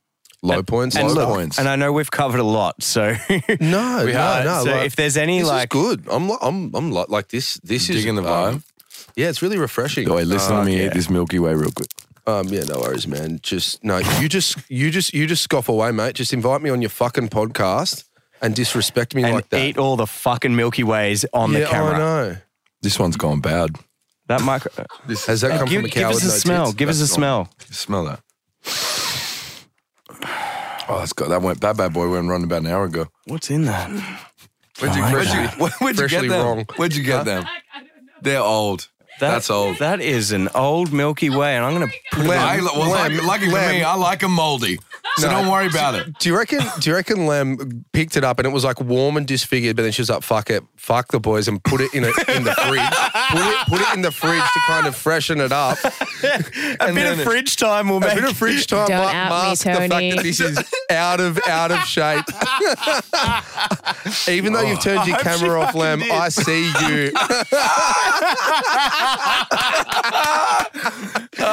Speaker 4: Low points.
Speaker 3: low
Speaker 4: low
Speaker 3: points.
Speaker 2: and I know we've covered a lot, so
Speaker 4: No,
Speaker 2: We
Speaker 4: no,
Speaker 2: are.
Speaker 4: no.
Speaker 2: So
Speaker 4: like,
Speaker 2: if there's any
Speaker 4: this is
Speaker 2: like
Speaker 4: good, I'm li- I'm I'm li- like this. This is
Speaker 3: digging the vibe.
Speaker 4: um, yeah, it's really refreshing.
Speaker 3: Oh, wait, listen
Speaker 4: Um,
Speaker 3: to me
Speaker 2: yeah.
Speaker 3: eat this Milky Way real quick.
Speaker 4: Um, yeah, no worries, man. Just no, you just you just you just scoff away, mate. Just invite me on your fucking podcast and disrespect me
Speaker 2: and
Speaker 4: like that.
Speaker 2: eat all the fucking Milky Ways on
Speaker 4: yeah, oh,
Speaker 2: the camera.
Speaker 4: I know.
Speaker 3: This one's gone bad. Uh,
Speaker 2: That micro.
Speaker 4: Has that come
Speaker 2: give,
Speaker 4: from a
Speaker 2: give
Speaker 4: cow
Speaker 2: us
Speaker 4: with
Speaker 2: a
Speaker 4: no
Speaker 2: smell.
Speaker 4: tits?
Speaker 2: Give us a smell.
Speaker 3: Smell that. Oh, that's got that went that bad boy went running about an hour ago.
Speaker 2: What's in that?
Speaker 3: Where'd you, where'd you, where'd you
Speaker 4: Freshly
Speaker 3: get them?
Speaker 4: wrong.
Speaker 3: Where'd you get them? They're old. That's old.
Speaker 2: That is an old Milky Way, and I'm gonna put it.
Speaker 3: I, well, like, lucky for me, I like them moldy. So don't worry about it.
Speaker 4: Do you reckon? Do you reckon Lem picked it up and it was like warm and disfigured, but then she was like, "Fuck it, fuck the boys," and put it in a, in the fridge. Put it put it in the fridge to kind of freshen it up.
Speaker 2: A bit of
Speaker 4: then-
Speaker 2: fridge time will make.
Speaker 4: A bit of fridge time
Speaker 6: Don't
Speaker 4: ma-
Speaker 6: out me,
Speaker 4: mask the fact
Speaker 6: Tony.
Speaker 4: that this is out of out of shape. Even though you've turned your
Speaker 2: Oh, I hope she
Speaker 4: camera off,
Speaker 2: fucking
Speaker 4: Lem,
Speaker 2: did.
Speaker 4: I see you.
Speaker 2: oh,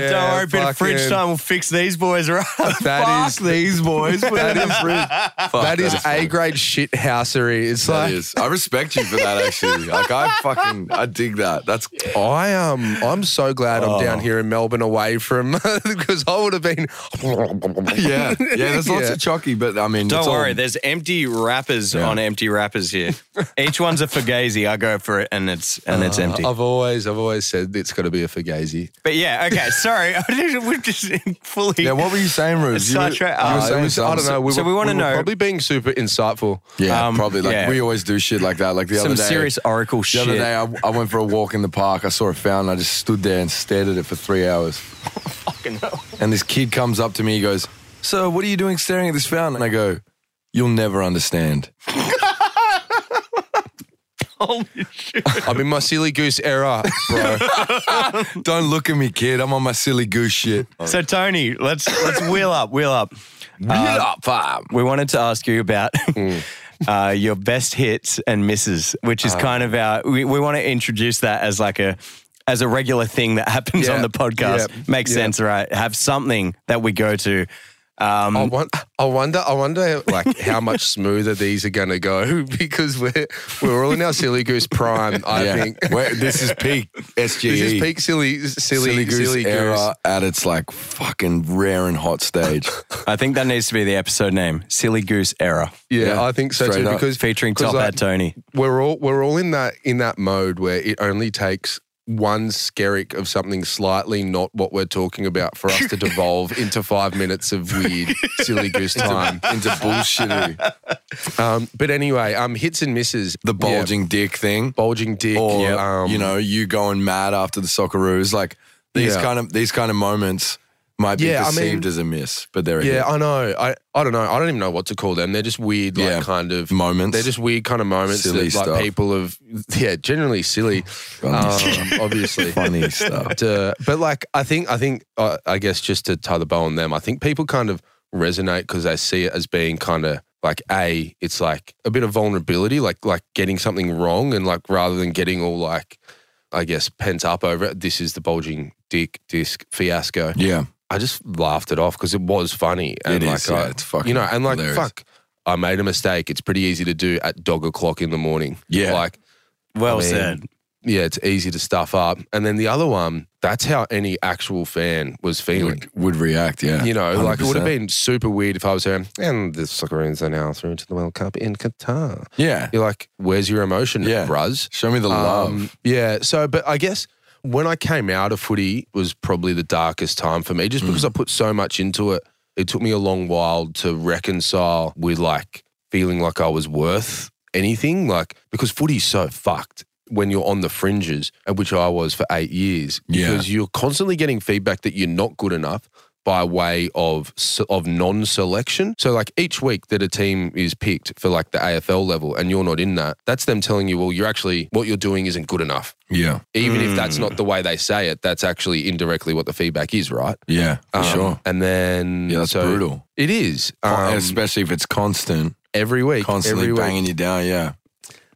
Speaker 4: Yeah,
Speaker 2: don't worry. A bit of fridge
Speaker 4: fucking-
Speaker 2: time will fix these boys right.
Speaker 4: That is
Speaker 3: these boys.
Speaker 4: that is that is
Speaker 3: that's
Speaker 4: a grade shit housery. It's
Speaker 3: That
Speaker 4: like
Speaker 3: is. I respect you for that, actually. Like, I fucking, I dig that. That's,
Speaker 4: I um I'm so glad I'm
Speaker 3: Oh.
Speaker 4: down here in Melbourne away from because I would have been
Speaker 3: yeah. Yeah, there's lots
Speaker 4: Yeah.
Speaker 3: of chalky, but I mean,
Speaker 2: Don't
Speaker 3: it's all-
Speaker 2: worry. There's empty wrappers on empty wrappers here. Each one's a fugazi. I go for it, and it's and it's empty.
Speaker 4: I've always I've always said it's got to be a fugazi.
Speaker 2: But yeah, okay. Sorry, we're just fully.
Speaker 3: Yeah, what were you saying, Rose? You were, you
Speaker 2: Sidetrack- Oh,
Speaker 3: were saying
Speaker 4: uh, I don't
Speaker 3: something.
Speaker 4: know. We
Speaker 2: So
Speaker 4: were,
Speaker 2: we wanna
Speaker 4: were
Speaker 2: know-
Speaker 4: Probably being super insightful.
Speaker 3: Yeah,
Speaker 2: Um,
Speaker 3: probably. Like
Speaker 2: yeah.
Speaker 3: we always do shit like that. Like the
Speaker 2: some
Speaker 3: other day,
Speaker 2: serious oracle
Speaker 3: The
Speaker 2: shit.
Speaker 3: other day, I, I went for a walk in the park. I saw a fountain. I just stood there and stared at it for three hours. Fucking hell. And this kid comes up to me. He goes, "So, what are you doing staring at this fountain?" And I go, "You'll never understand."
Speaker 4: I'm in my silly goose era, bro.
Speaker 3: Don't look at me, kid. I'm on my silly goose shit.
Speaker 4: Um,
Speaker 2: so Tony, let's let's wheel up, wheel up.
Speaker 3: Wheel up, fam.
Speaker 4: Hmm.
Speaker 2: We wanted to ask you about uh, your best hits and misses, which
Speaker 4: Ah.
Speaker 2: is kind of our. We, we want to introduce that as like a as a regular thing that happens
Speaker 3: Yeah.
Speaker 2: on the podcast.
Speaker 3: Yeah.
Speaker 2: Makes
Speaker 3: Yeah.
Speaker 2: sense, right? Have something that we go to. Um,
Speaker 4: I, want, I wonder, I wonder, like how much smoother these are going to go because we're we're all in our silly goose prime. I think
Speaker 3: Where, this is peak SGE.
Speaker 4: this is peak silly, silly,
Speaker 3: silly goose
Speaker 4: silly
Speaker 3: era
Speaker 4: goose.
Speaker 3: at its like fucking rare and hot stage.
Speaker 2: I think that needs to be the episode name: Silly Goose Era,
Speaker 4: Yeah,
Speaker 3: Yeah,
Speaker 4: I think so
Speaker 3: straight
Speaker 4: too.
Speaker 3: up.
Speaker 4: Because
Speaker 2: featuring
Speaker 4: because,
Speaker 2: Top
Speaker 4: like,
Speaker 2: Hat Tony.
Speaker 4: we're all we're all in that in that mode where it only takes one skerrick of something slightly not what we're talking about for us to devolve into five minutes of weird silly goose time.
Speaker 3: into bullshittery.
Speaker 4: Um, but anyway, um, hits and misses.
Speaker 3: The
Speaker 4: Yeah,
Speaker 3: bulging dick thing.
Speaker 4: bulging dick.
Speaker 3: Or
Speaker 4: um,
Speaker 3: you know, you going mad after the Socceroos. Like these
Speaker 4: Yeah.
Speaker 3: kind of these kind of moments might be
Speaker 4: Yeah, I mean-
Speaker 3: perceived as a miss, but they're a
Speaker 4: um, Yeah,
Speaker 3: hit.
Speaker 4: I know. I, I don't know. I don't even know what to call them. They're just weird, like
Speaker 3: Yeah.
Speaker 4: kind of
Speaker 3: moments.
Speaker 4: They're just weird kind of moments
Speaker 3: Silly
Speaker 4: that like
Speaker 3: stuff.
Speaker 4: people have, yeah, generally silly, um, obviously.
Speaker 3: funny stuff.
Speaker 4: But, uh, but like I think I think uh, I guess just to tie the bow on them, I think people kind of resonate because they see it as being kind of like a it's like a bit of vulnerability, like like getting something wrong, and like rather than getting all like I guess pent up over it. This is the bulging dick disc fiasco.
Speaker 3: Yeah.
Speaker 4: I just laughed it off because it was funny. And
Speaker 3: It
Speaker 4: like,
Speaker 3: is, yeah,
Speaker 4: I-
Speaker 3: it's fucking
Speaker 4: you know, and like,
Speaker 3: hilarious.
Speaker 4: fuck, I made a mistake. It's pretty easy to do at dog o'clock in the morning.
Speaker 3: Yeah.
Speaker 4: like
Speaker 2: Well
Speaker 4: I mean,
Speaker 2: said.
Speaker 4: yeah, it's easy to stuff up. And then the other one, that's how any actual fan was feeling.
Speaker 3: Would, would react, yeah.
Speaker 4: You know, like it would have
Speaker 3: 100%.
Speaker 4: been super weird if I was there. And the Socceroos are now through to the World Cup in Qatar.
Speaker 3: Yeah.
Speaker 4: You're like, where's your emotion,
Speaker 3: Yeah.
Speaker 4: bruz?
Speaker 3: Show me the
Speaker 4: Um,
Speaker 3: love.
Speaker 4: yeah. So, but I guess when I came out of footy was probably the darkest time for me,
Speaker 3: Mm.
Speaker 4: just because I put so much into it. It took me a long while to reconcile with like feeling like I was worth anything, like because footy's so fucked when you're on the fringes, and which I was for eight years,
Speaker 3: Yeah.
Speaker 4: because you're constantly getting feedback that you're not good enough by way of se- of non-selection. So like each week that a team is picked for like the AFL level and you're not in that, that's them telling you, well, you're actually what you're doing isn't good enough.
Speaker 3: Yeah.
Speaker 4: Even if that's
Speaker 3: Mm.
Speaker 4: not the way they say it, that's actually indirectly what the feedback is, right?
Speaker 3: Yeah. For
Speaker 4: Um,
Speaker 3: sure.
Speaker 4: And then
Speaker 3: Yeah, that's
Speaker 4: so
Speaker 3: brutal.
Speaker 4: It is
Speaker 3: Con-
Speaker 4: um,
Speaker 3: especially if it's constant,
Speaker 4: every week,
Speaker 3: constantly
Speaker 4: every week.
Speaker 3: banging you down. Yeah.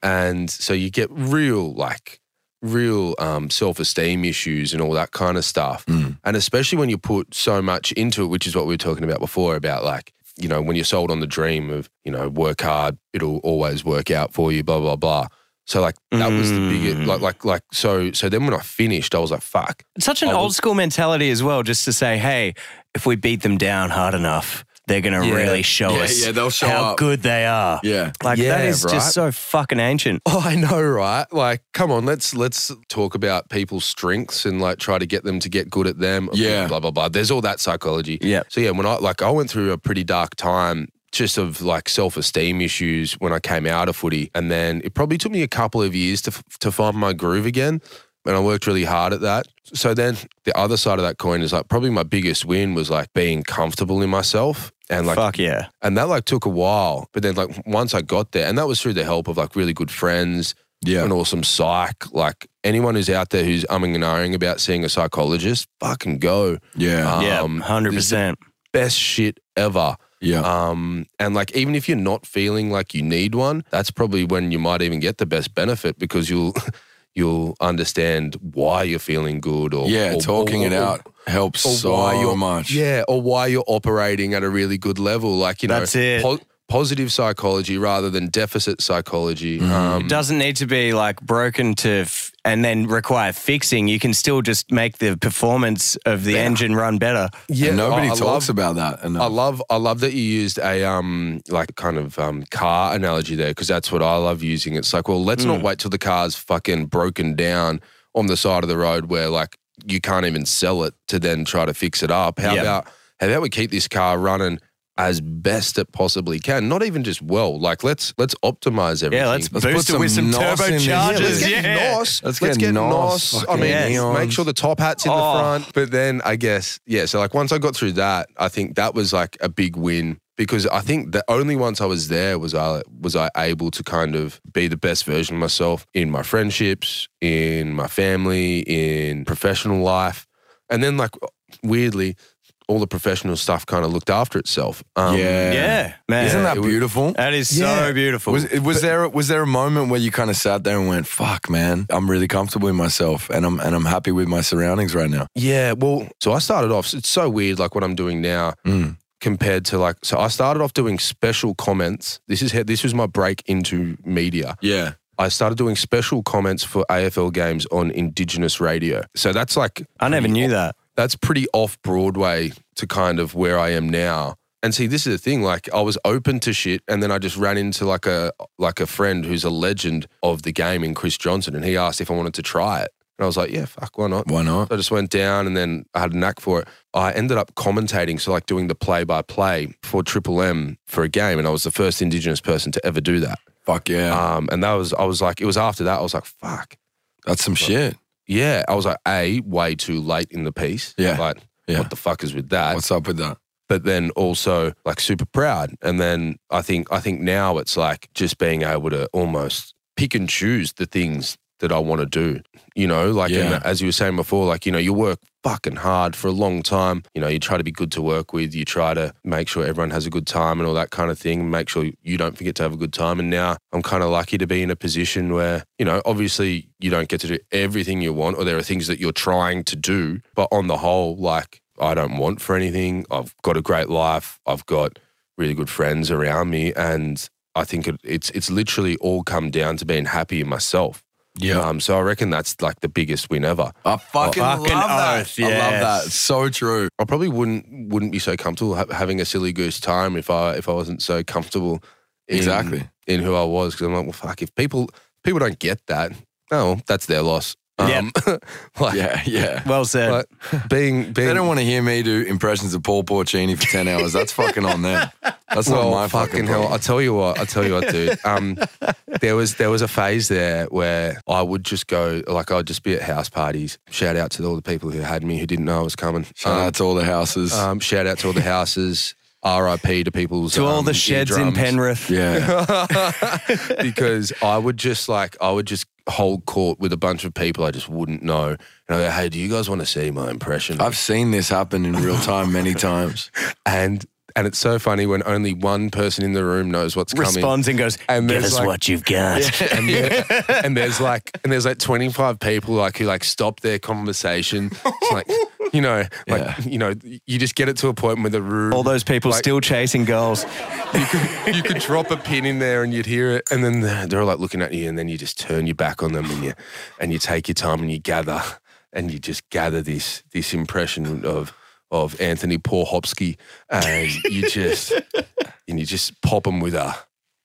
Speaker 4: and so you get real like real um, self-esteem issues and all that kind of stuff
Speaker 3: Mm.
Speaker 4: and especially when you put so much into it which is what we were talking about before about like you know when you're sold on the dream of you know work hard it'll always work out for you blah blah blah so like that was the biggest
Speaker 3: Mm.
Speaker 4: like like like so so then when i finished i was like fuck
Speaker 2: It's such an
Speaker 4: I will-
Speaker 2: old school mentality as well, just to say, hey, if we beat them down hard enough, they're going to
Speaker 4: Yeah.
Speaker 2: really show
Speaker 3: Yeah,
Speaker 2: us
Speaker 3: yeah, they'll show
Speaker 2: how
Speaker 3: up.
Speaker 2: good they are.
Speaker 3: Yeah.
Speaker 2: Like
Speaker 4: Yeah,
Speaker 2: that is
Speaker 4: right.
Speaker 2: just so fucking ancient.
Speaker 4: Oh, I know, right? Like, come on, let's let's talk about people's strengths and like try to get them to get good at them.
Speaker 3: Yeah.
Speaker 4: blah blah blah. There's all that psychology.
Speaker 2: Yeah.
Speaker 4: So yeah, when I like I went through a pretty dark time just of like self esteem issues when I came out of footy, and then it probably took me a couple of years to f- to find my groove again. And I worked really hard at that. So then the other side of that coin is like probably my biggest win was like being comfortable in myself and like
Speaker 2: Fuck yeah.
Speaker 4: and that like took a while. But then like once I got there, and that was through the help of like really good friends,
Speaker 3: Yeah.
Speaker 4: an awesome psych. Like anyone who's out there who's umming and ahhing about seeing a psychologist, fucking go.
Speaker 3: Yeah.
Speaker 2: Yeah,
Speaker 4: Um, this is
Speaker 2: 100%.
Speaker 4: Best shit ever.
Speaker 3: Yeah.
Speaker 4: Um, and like even if you're not feeling like you need one, that's probably when you might even get the best benefit because you'll you'll understand why you're feeling good or
Speaker 3: Yeah.
Speaker 4: or-
Speaker 3: Talking
Speaker 4: or-
Speaker 3: it
Speaker 4: or-
Speaker 3: out helps
Speaker 4: or why
Speaker 3: so
Speaker 4: you're-
Speaker 3: much.
Speaker 4: Yeah, or why you're operating at a really good level. Like, you know,
Speaker 2: That's it.
Speaker 4: po- positive psychology rather than deficit psychology.
Speaker 3: Mm-hmm.
Speaker 4: Um,
Speaker 2: It doesn't need to be like broken to f- and then require fixing. You can still just make the performance of the engine run better.
Speaker 4: yeah,
Speaker 3: And nobody
Speaker 4: I- I
Speaker 3: talks
Speaker 4: love-
Speaker 3: about that enough.
Speaker 4: I love, I love that you used a um like kind of um car analogy there because that's what I love using. It's like, well, let's
Speaker 2: Mm.
Speaker 4: not wait till the car's fucking broken down on the side of the road where like you can't even sell it to then try to fix it up. How
Speaker 2: Yeah.
Speaker 4: about how about we keep this car running as best it possibly can? Not even just well, like let's let's optimize everything.
Speaker 2: Yeah, let's,
Speaker 3: Let's put
Speaker 2: boost it with
Speaker 3: some
Speaker 2: some
Speaker 3: nos in this. Yeah,
Speaker 4: Yeah, let's
Speaker 2: turbochargers.
Speaker 4: get
Speaker 2: yeah.
Speaker 4: NOS.
Speaker 3: Let's
Speaker 4: Let's,
Speaker 3: get
Speaker 4: get,
Speaker 3: NOS.
Speaker 4: NOS. I
Speaker 3: Fucking
Speaker 4: mean,
Speaker 2: Yes.
Speaker 4: make sure the top hat's in
Speaker 2: Oh.
Speaker 4: the front. But then I guess, yeah, so like once I got through that, I think that was like a big win because I think the only once I was there was I was I able to kind of be the best version of myself in my friendships, in my family, in professional life. And then like weirdly, all the professional stuff kind of looked after itself. Um,
Speaker 3: yeah.
Speaker 2: Yeah, man.
Speaker 3: Isn't
Speaker 4: it
Speaker 3: that
Speaker 4: was-
Speaker 3: beautiful?
Speaker 2: That is so beautiful.
Speaker 3: Was, was there was there a moment where you kind of sat there and went, "Fuck, man, I'm really comfortable in myself, and I'm and I'm happy with my surroundings right now."
Speaker 4: Yeah, well, so I started off. It's so weird, like what I'm doing now
Speaker 2: Mm.
Speaker 4: compared to like. So I started off doing special comments. This is how, this was my break into media.
Speaker 3: Yeah,
Speaker 4: I started doing special comments for AFL games on Indigenous radio. So that's like
Speaker 2: I never knew that.
Speaker 4: that's pretty off Broadway to kind of where I am now. And see, this is the thing. Like, I was open to shit, and then I just ran into like a like a friend who's a legend of the game in Chris Johnson, and he asked if I wanted to try it, and I was like, yeah, fuck, why not?
Speaker 3: why not?
Speaker 4: So I just went down, and then I had a knack for it. I ended up commentating, so like doing the play by play for Triple M for a game, and I was the first Indigenous person to ever do that.
Speaker 3: Fuck yeah,
Speaker 4: Um, and that was I was like, it was after that I was like, fuck,
Speaker 3: that's some shit.
Speaker 4: yeah, I was like, a way too late in the piece.
Speaker 3: Yeah.
Speaker 4: like
Speaker 3: Yeah.
Speaker 4: what the fuck is with that?
Speaker 3: What's up with that?
Speaker 4: but then also like super proud. And then I think I think now it's like just being able to almost pick and choose the things that I want to do. You know, like and
Speaker 3: Yeah.
Speaker 4: as you were saying before, like you know, you work fucking hard for a long time. You know, you try to be good to work with. You try to make sure everyone has a good time and all that kind of thing. and Make sure you don't forget to have a good time. And now I'm kind of lucky to be in a position where you know, obviously you don't get to do everything you want, or there are things that you're trying to do. But on the whole, like I don't want for anything. I've got a great life. I've got really good friends around me, and I think it, it's it's literally all come down to being happy in myself.
Speaker 3: Yeah,
Speaker 4: Um, so I reckon that's like the biggest win ever.
Speaker 3: I fucking,
Speaker 2: Fucking
Speaker 3: love that.
Speaker 2: oath,
Speaker 3: I love
Speaker 2: yes.
Speaker 3: that. So true.
Speaker 4: I probably wouldn't wouldn't be so comfortable ha- having a silly goose time if I if I wasn't so comfortable in,
Speaker 3: Exactly.
Speaker 4: in who I was because I'm like, well, fuck. If people people don't get that, oh, that's their loss. Um,
Speaker 2: Yeah.
Speaker 4: like,
Speaker 3: Yeah, yeah.
Speaker 2: Well said.
Speaker 4: like, being being
Speaker 3: They don't want to hear me do impressions of Paul Porcini for ten hours. That's fucking on them. That's not
Speaker 4: well,
Speaker 3: my
Speaker 4: fucking,
Speaker 3: fucking
Speaker 4: hell.
Speaker 3: problem.
Speaker 4: I tell you what. I tell you what, dude. Um, there was there was a phase there where I would just go like I'd just be at house parties. Shout out to all the people who had me who didn't know I was coming.
Speaker 3: Shout
Speaker 4: Um,
Speaker 3: out to all the houses.
Speaker 4: um, shout out to all the houses. R.I.P. to people's
Speaker 2: to all
Speaker 4: um,
Speaker 2: the sheds in
Speaker 4: eardrums.
Speaker 2: Penrith.
Speaker 3: yeah,
Speaker 4: because I would just like I would just hold court with a bunch of people I just wouldn't know. And I go, hey, do you guys want to see my impression?
Speaker 3: I've seen this happen in real time many times.
Speaker 4: and and it's so funny when only one person in the room knows what's coming.
Speaker 2: Responds and goes,
Speaker 4: And
Speaker 2: "Give
Speaker 4: there's
Speaker 2: us
Speaker 4: like-
Speaker 2: what you've got."
Speaker 4: and, there- and there's like and there's like 25 people like who like stop their conversation it's like you know like
Speaker 3: Yeah.
Speaker 4: you know you just get it to a point where the room
Speaker 2: All those people
Speaker 4: Like-
Speaker 2: still chasing goals.
Speaker 4: you could drop a pin in there and you'd hear it and then they're they're all like looking at you and then you just turn your back on them and you and you take your time and you gather and you just gather this this impression of of Anthony Porhopsky and you just and you just pop them with a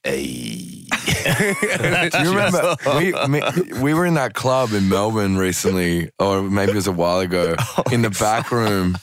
Speaker 4: a
Speaker 3: Do you remember we me, we were in that club in Melbourne recently, or maybe it was a while ago, in the back room.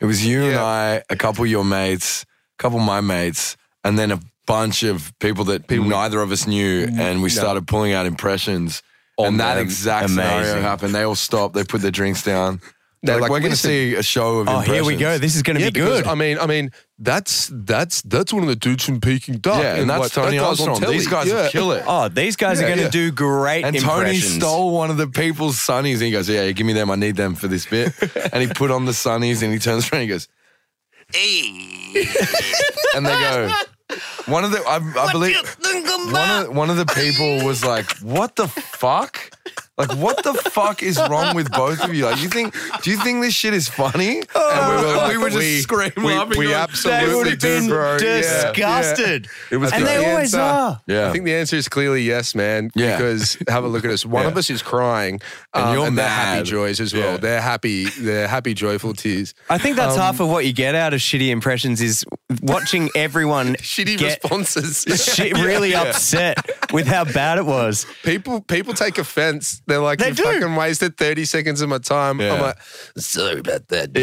Speaker 3: It was you and I, a couple of your mates, a couple of my mates, and then a bunch of people that neither of us knew, and we started pulling out impressions. and that
Speaker 4: them.
Speaker 3: exact scenario
Speaker 2: Amazing.
Speaker 3: happened. They all stopped. They put their drinks down.
Speaker 4: They're
Speaker 3: They're like,
Speaker 4: like,
Speaker 3: we're going to
Speaker 4: "Listen."
Speaker 3: see a show of
Speaker 2: Oh,
Speaker 3: impressions.
Speaker 2: here we go. This is going to be
Speaker 4: because,
Speaker 2: good.
Speaker 4: I mean, I mean, that's that's that's one of the dudes from Peking Duck.
Speaker 3: Yeah, and that's
Speaker 4: like,
Speaker 3: Tony
Speaker 4: that guy's on
Speaker 3: Armstrong. These
Speaker 4: telly.
Speaker 3: guys
Speaker 4: yeah.
Speaker 3: kill it.
Speaker 2: oh, these guys are
Speaker 4: Yeah,
Speaker 2: going to
Speaker 4: yeah.
Speaker 2: do great
Speaker 3: And Tony
Speaker 2: impressions.
Speaker 3: stole one of the people's sunnies and he goes, Yeah, give me them. I need them for this bit. and he put on the sunnies and he turns around and he goes, Hey. and they go, One of the, I, I believe, one of, one of the people was like, What the fuck? Like, what the fuck is wrong with both of you? Like, you think, do you think this shit is funny? and we were, like, we were just
Speaker 4: we-
Speaker 3: screaming,
Speaker 4: we-
Speaker 3: laughing.
Speaker 4: we
Speaker 3: going,
Speaker 4: absolutely
Speaker 3: "They would've
Speaker 4: do,
Speaker 3: been
Speaker 4: bro." Yeah, yeah.
Speaker 2: disgusted.
Speaker 4: It was
Speaker 2: And
Speaker 4: good.
Speaker 2: they
Speaker 4: The
Speaker 2: always are.
Speaker 3: Yeah.
Speaker 4: I think the answer is clearly yes, man.
Speaker 3: Yeah.
Speaker 4: Because have a look at us. One of
Speaker 3: Yeah.
Speaker 4: us is crying,
Speaker 3: And
Speaker 4: um,
Speaker 3: you're
Speaker 4: and they're
Speaker 3: mad.
Speaker 4: happy joys as well.
Speaker 3: Yeah.
Speaker 4: They're happy. They're happy, joyful tears.
Speaker 2: I think
Speaker 4: Um,
Speaker 2: that's half of what you get out of shitty impressions is watching everyone
Speaker 4: Shitty
Speaker 2: get
Speaker 4: responses.
Speaker 2: shit really upset with how bad it was.
Speaker 4: people people take offense. They're like,
Speaker 2: They
Speaker 4: you
Speaker 2: do.
Speaker 4: fucking wasted 30 seconds of my time.
Speaker 3: Yeah.
Speaker 4: I'm like, sorry about that.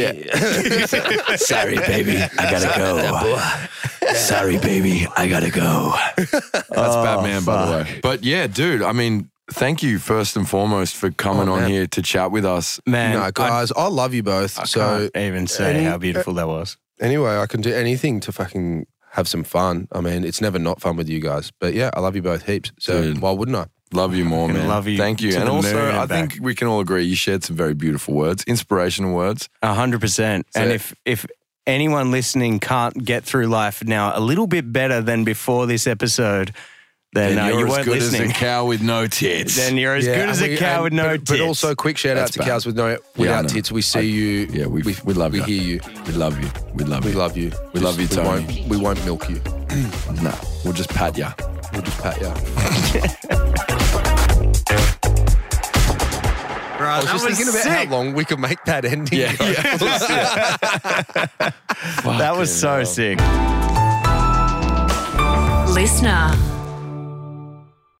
Speaker 2: Sorry, baby, I gotta go. Sorry, baby, I gotta go.
Speaker 3: That's
Speaker 2: Oh,
Speaker 3: Batman, by the way. But yeah, dude, I mean, thank you first and foremost for coming on here to chat with us.
Speaker 2: Oh, Man,
Speaker 4: No, guys, I, love you both.
Speaker 2: I, I
Speaker 4: so
Speaker 2: can't even say
Speaker 4: any-
Speaker 2: how beautiful that was.
Speaker 4: anyway, I can do anything to fucking have some fun. I mean, it's never not fun with you guys. But yeah, I love you both heaps. So
Speaker 3: Dude.
Speaker 4: why wouldn't I?
Speaker 3: Love you more,
Speaker 2: Fucking
Speaker 3: man.
Speaker 2: love you
Speaker 3: Thank you.
Speaker 2: to
Speaker 3: And
Speaker 2: the moon
Speaker 3: also,
Speaker 2: and
Speaker 3: I
Speaker 2: back.
Speaker 3: think we can all agree you shared some very beautiful words, inspirational words.
Speaker 2: A hundred percent. And if if anyone listening can't get through life now a little bit better than before this episode, then, uh,
Speaker 3: you're
Speaker 2: you
Speaker 3: as
Speaker 2: weren't
Speaker 3: good
Speaker 2: listening.
Speaker 3: as a cow with no tits.
Speaker 2: then you're as
Speaker 4: Yeah,
Speaker 2: good
Speaker 4: and
Speaker 2: as a
Speaker 4: we-
Speaker 2: cow
Speaker 4: and-
Speaker 2: with no
Speaker 4: but,
Speaker 2: tits.
Speaker 4: But also, quick shout
Speaker 3: That's
Speaker 4: out to
Speaker 3: bad.
Speaker 4: cows with no
Speaker 3: Yeah, I
Speaker 4: without
Speaker 3: know.
Speaker 4: tits. We see you.
Speaker 3: yeah, we, we, love
Speaker 4: we
Speaker 3: you.
Speaker 4: hear you.
Speaker 3: We love you. We love
Speaker 4: We
Speaker 3: you.
Speaker 4: love you.
Speaker 3: We love you,
Speaker 4: Just-
Speaker 3: Tony.
Speaker 4: We won't, we won't milk you.
Speaker 3: Nah, we'll just pat ya.
Speaker 4: We'll just pat you.
Speaker 2: Right,
Speaker 4: I was just thinking about how long we could make that ending.
Speaker 3: Yeah.
Speaker 4: go.
Speaker 2: that was so sick.
Speaker 10: Listener.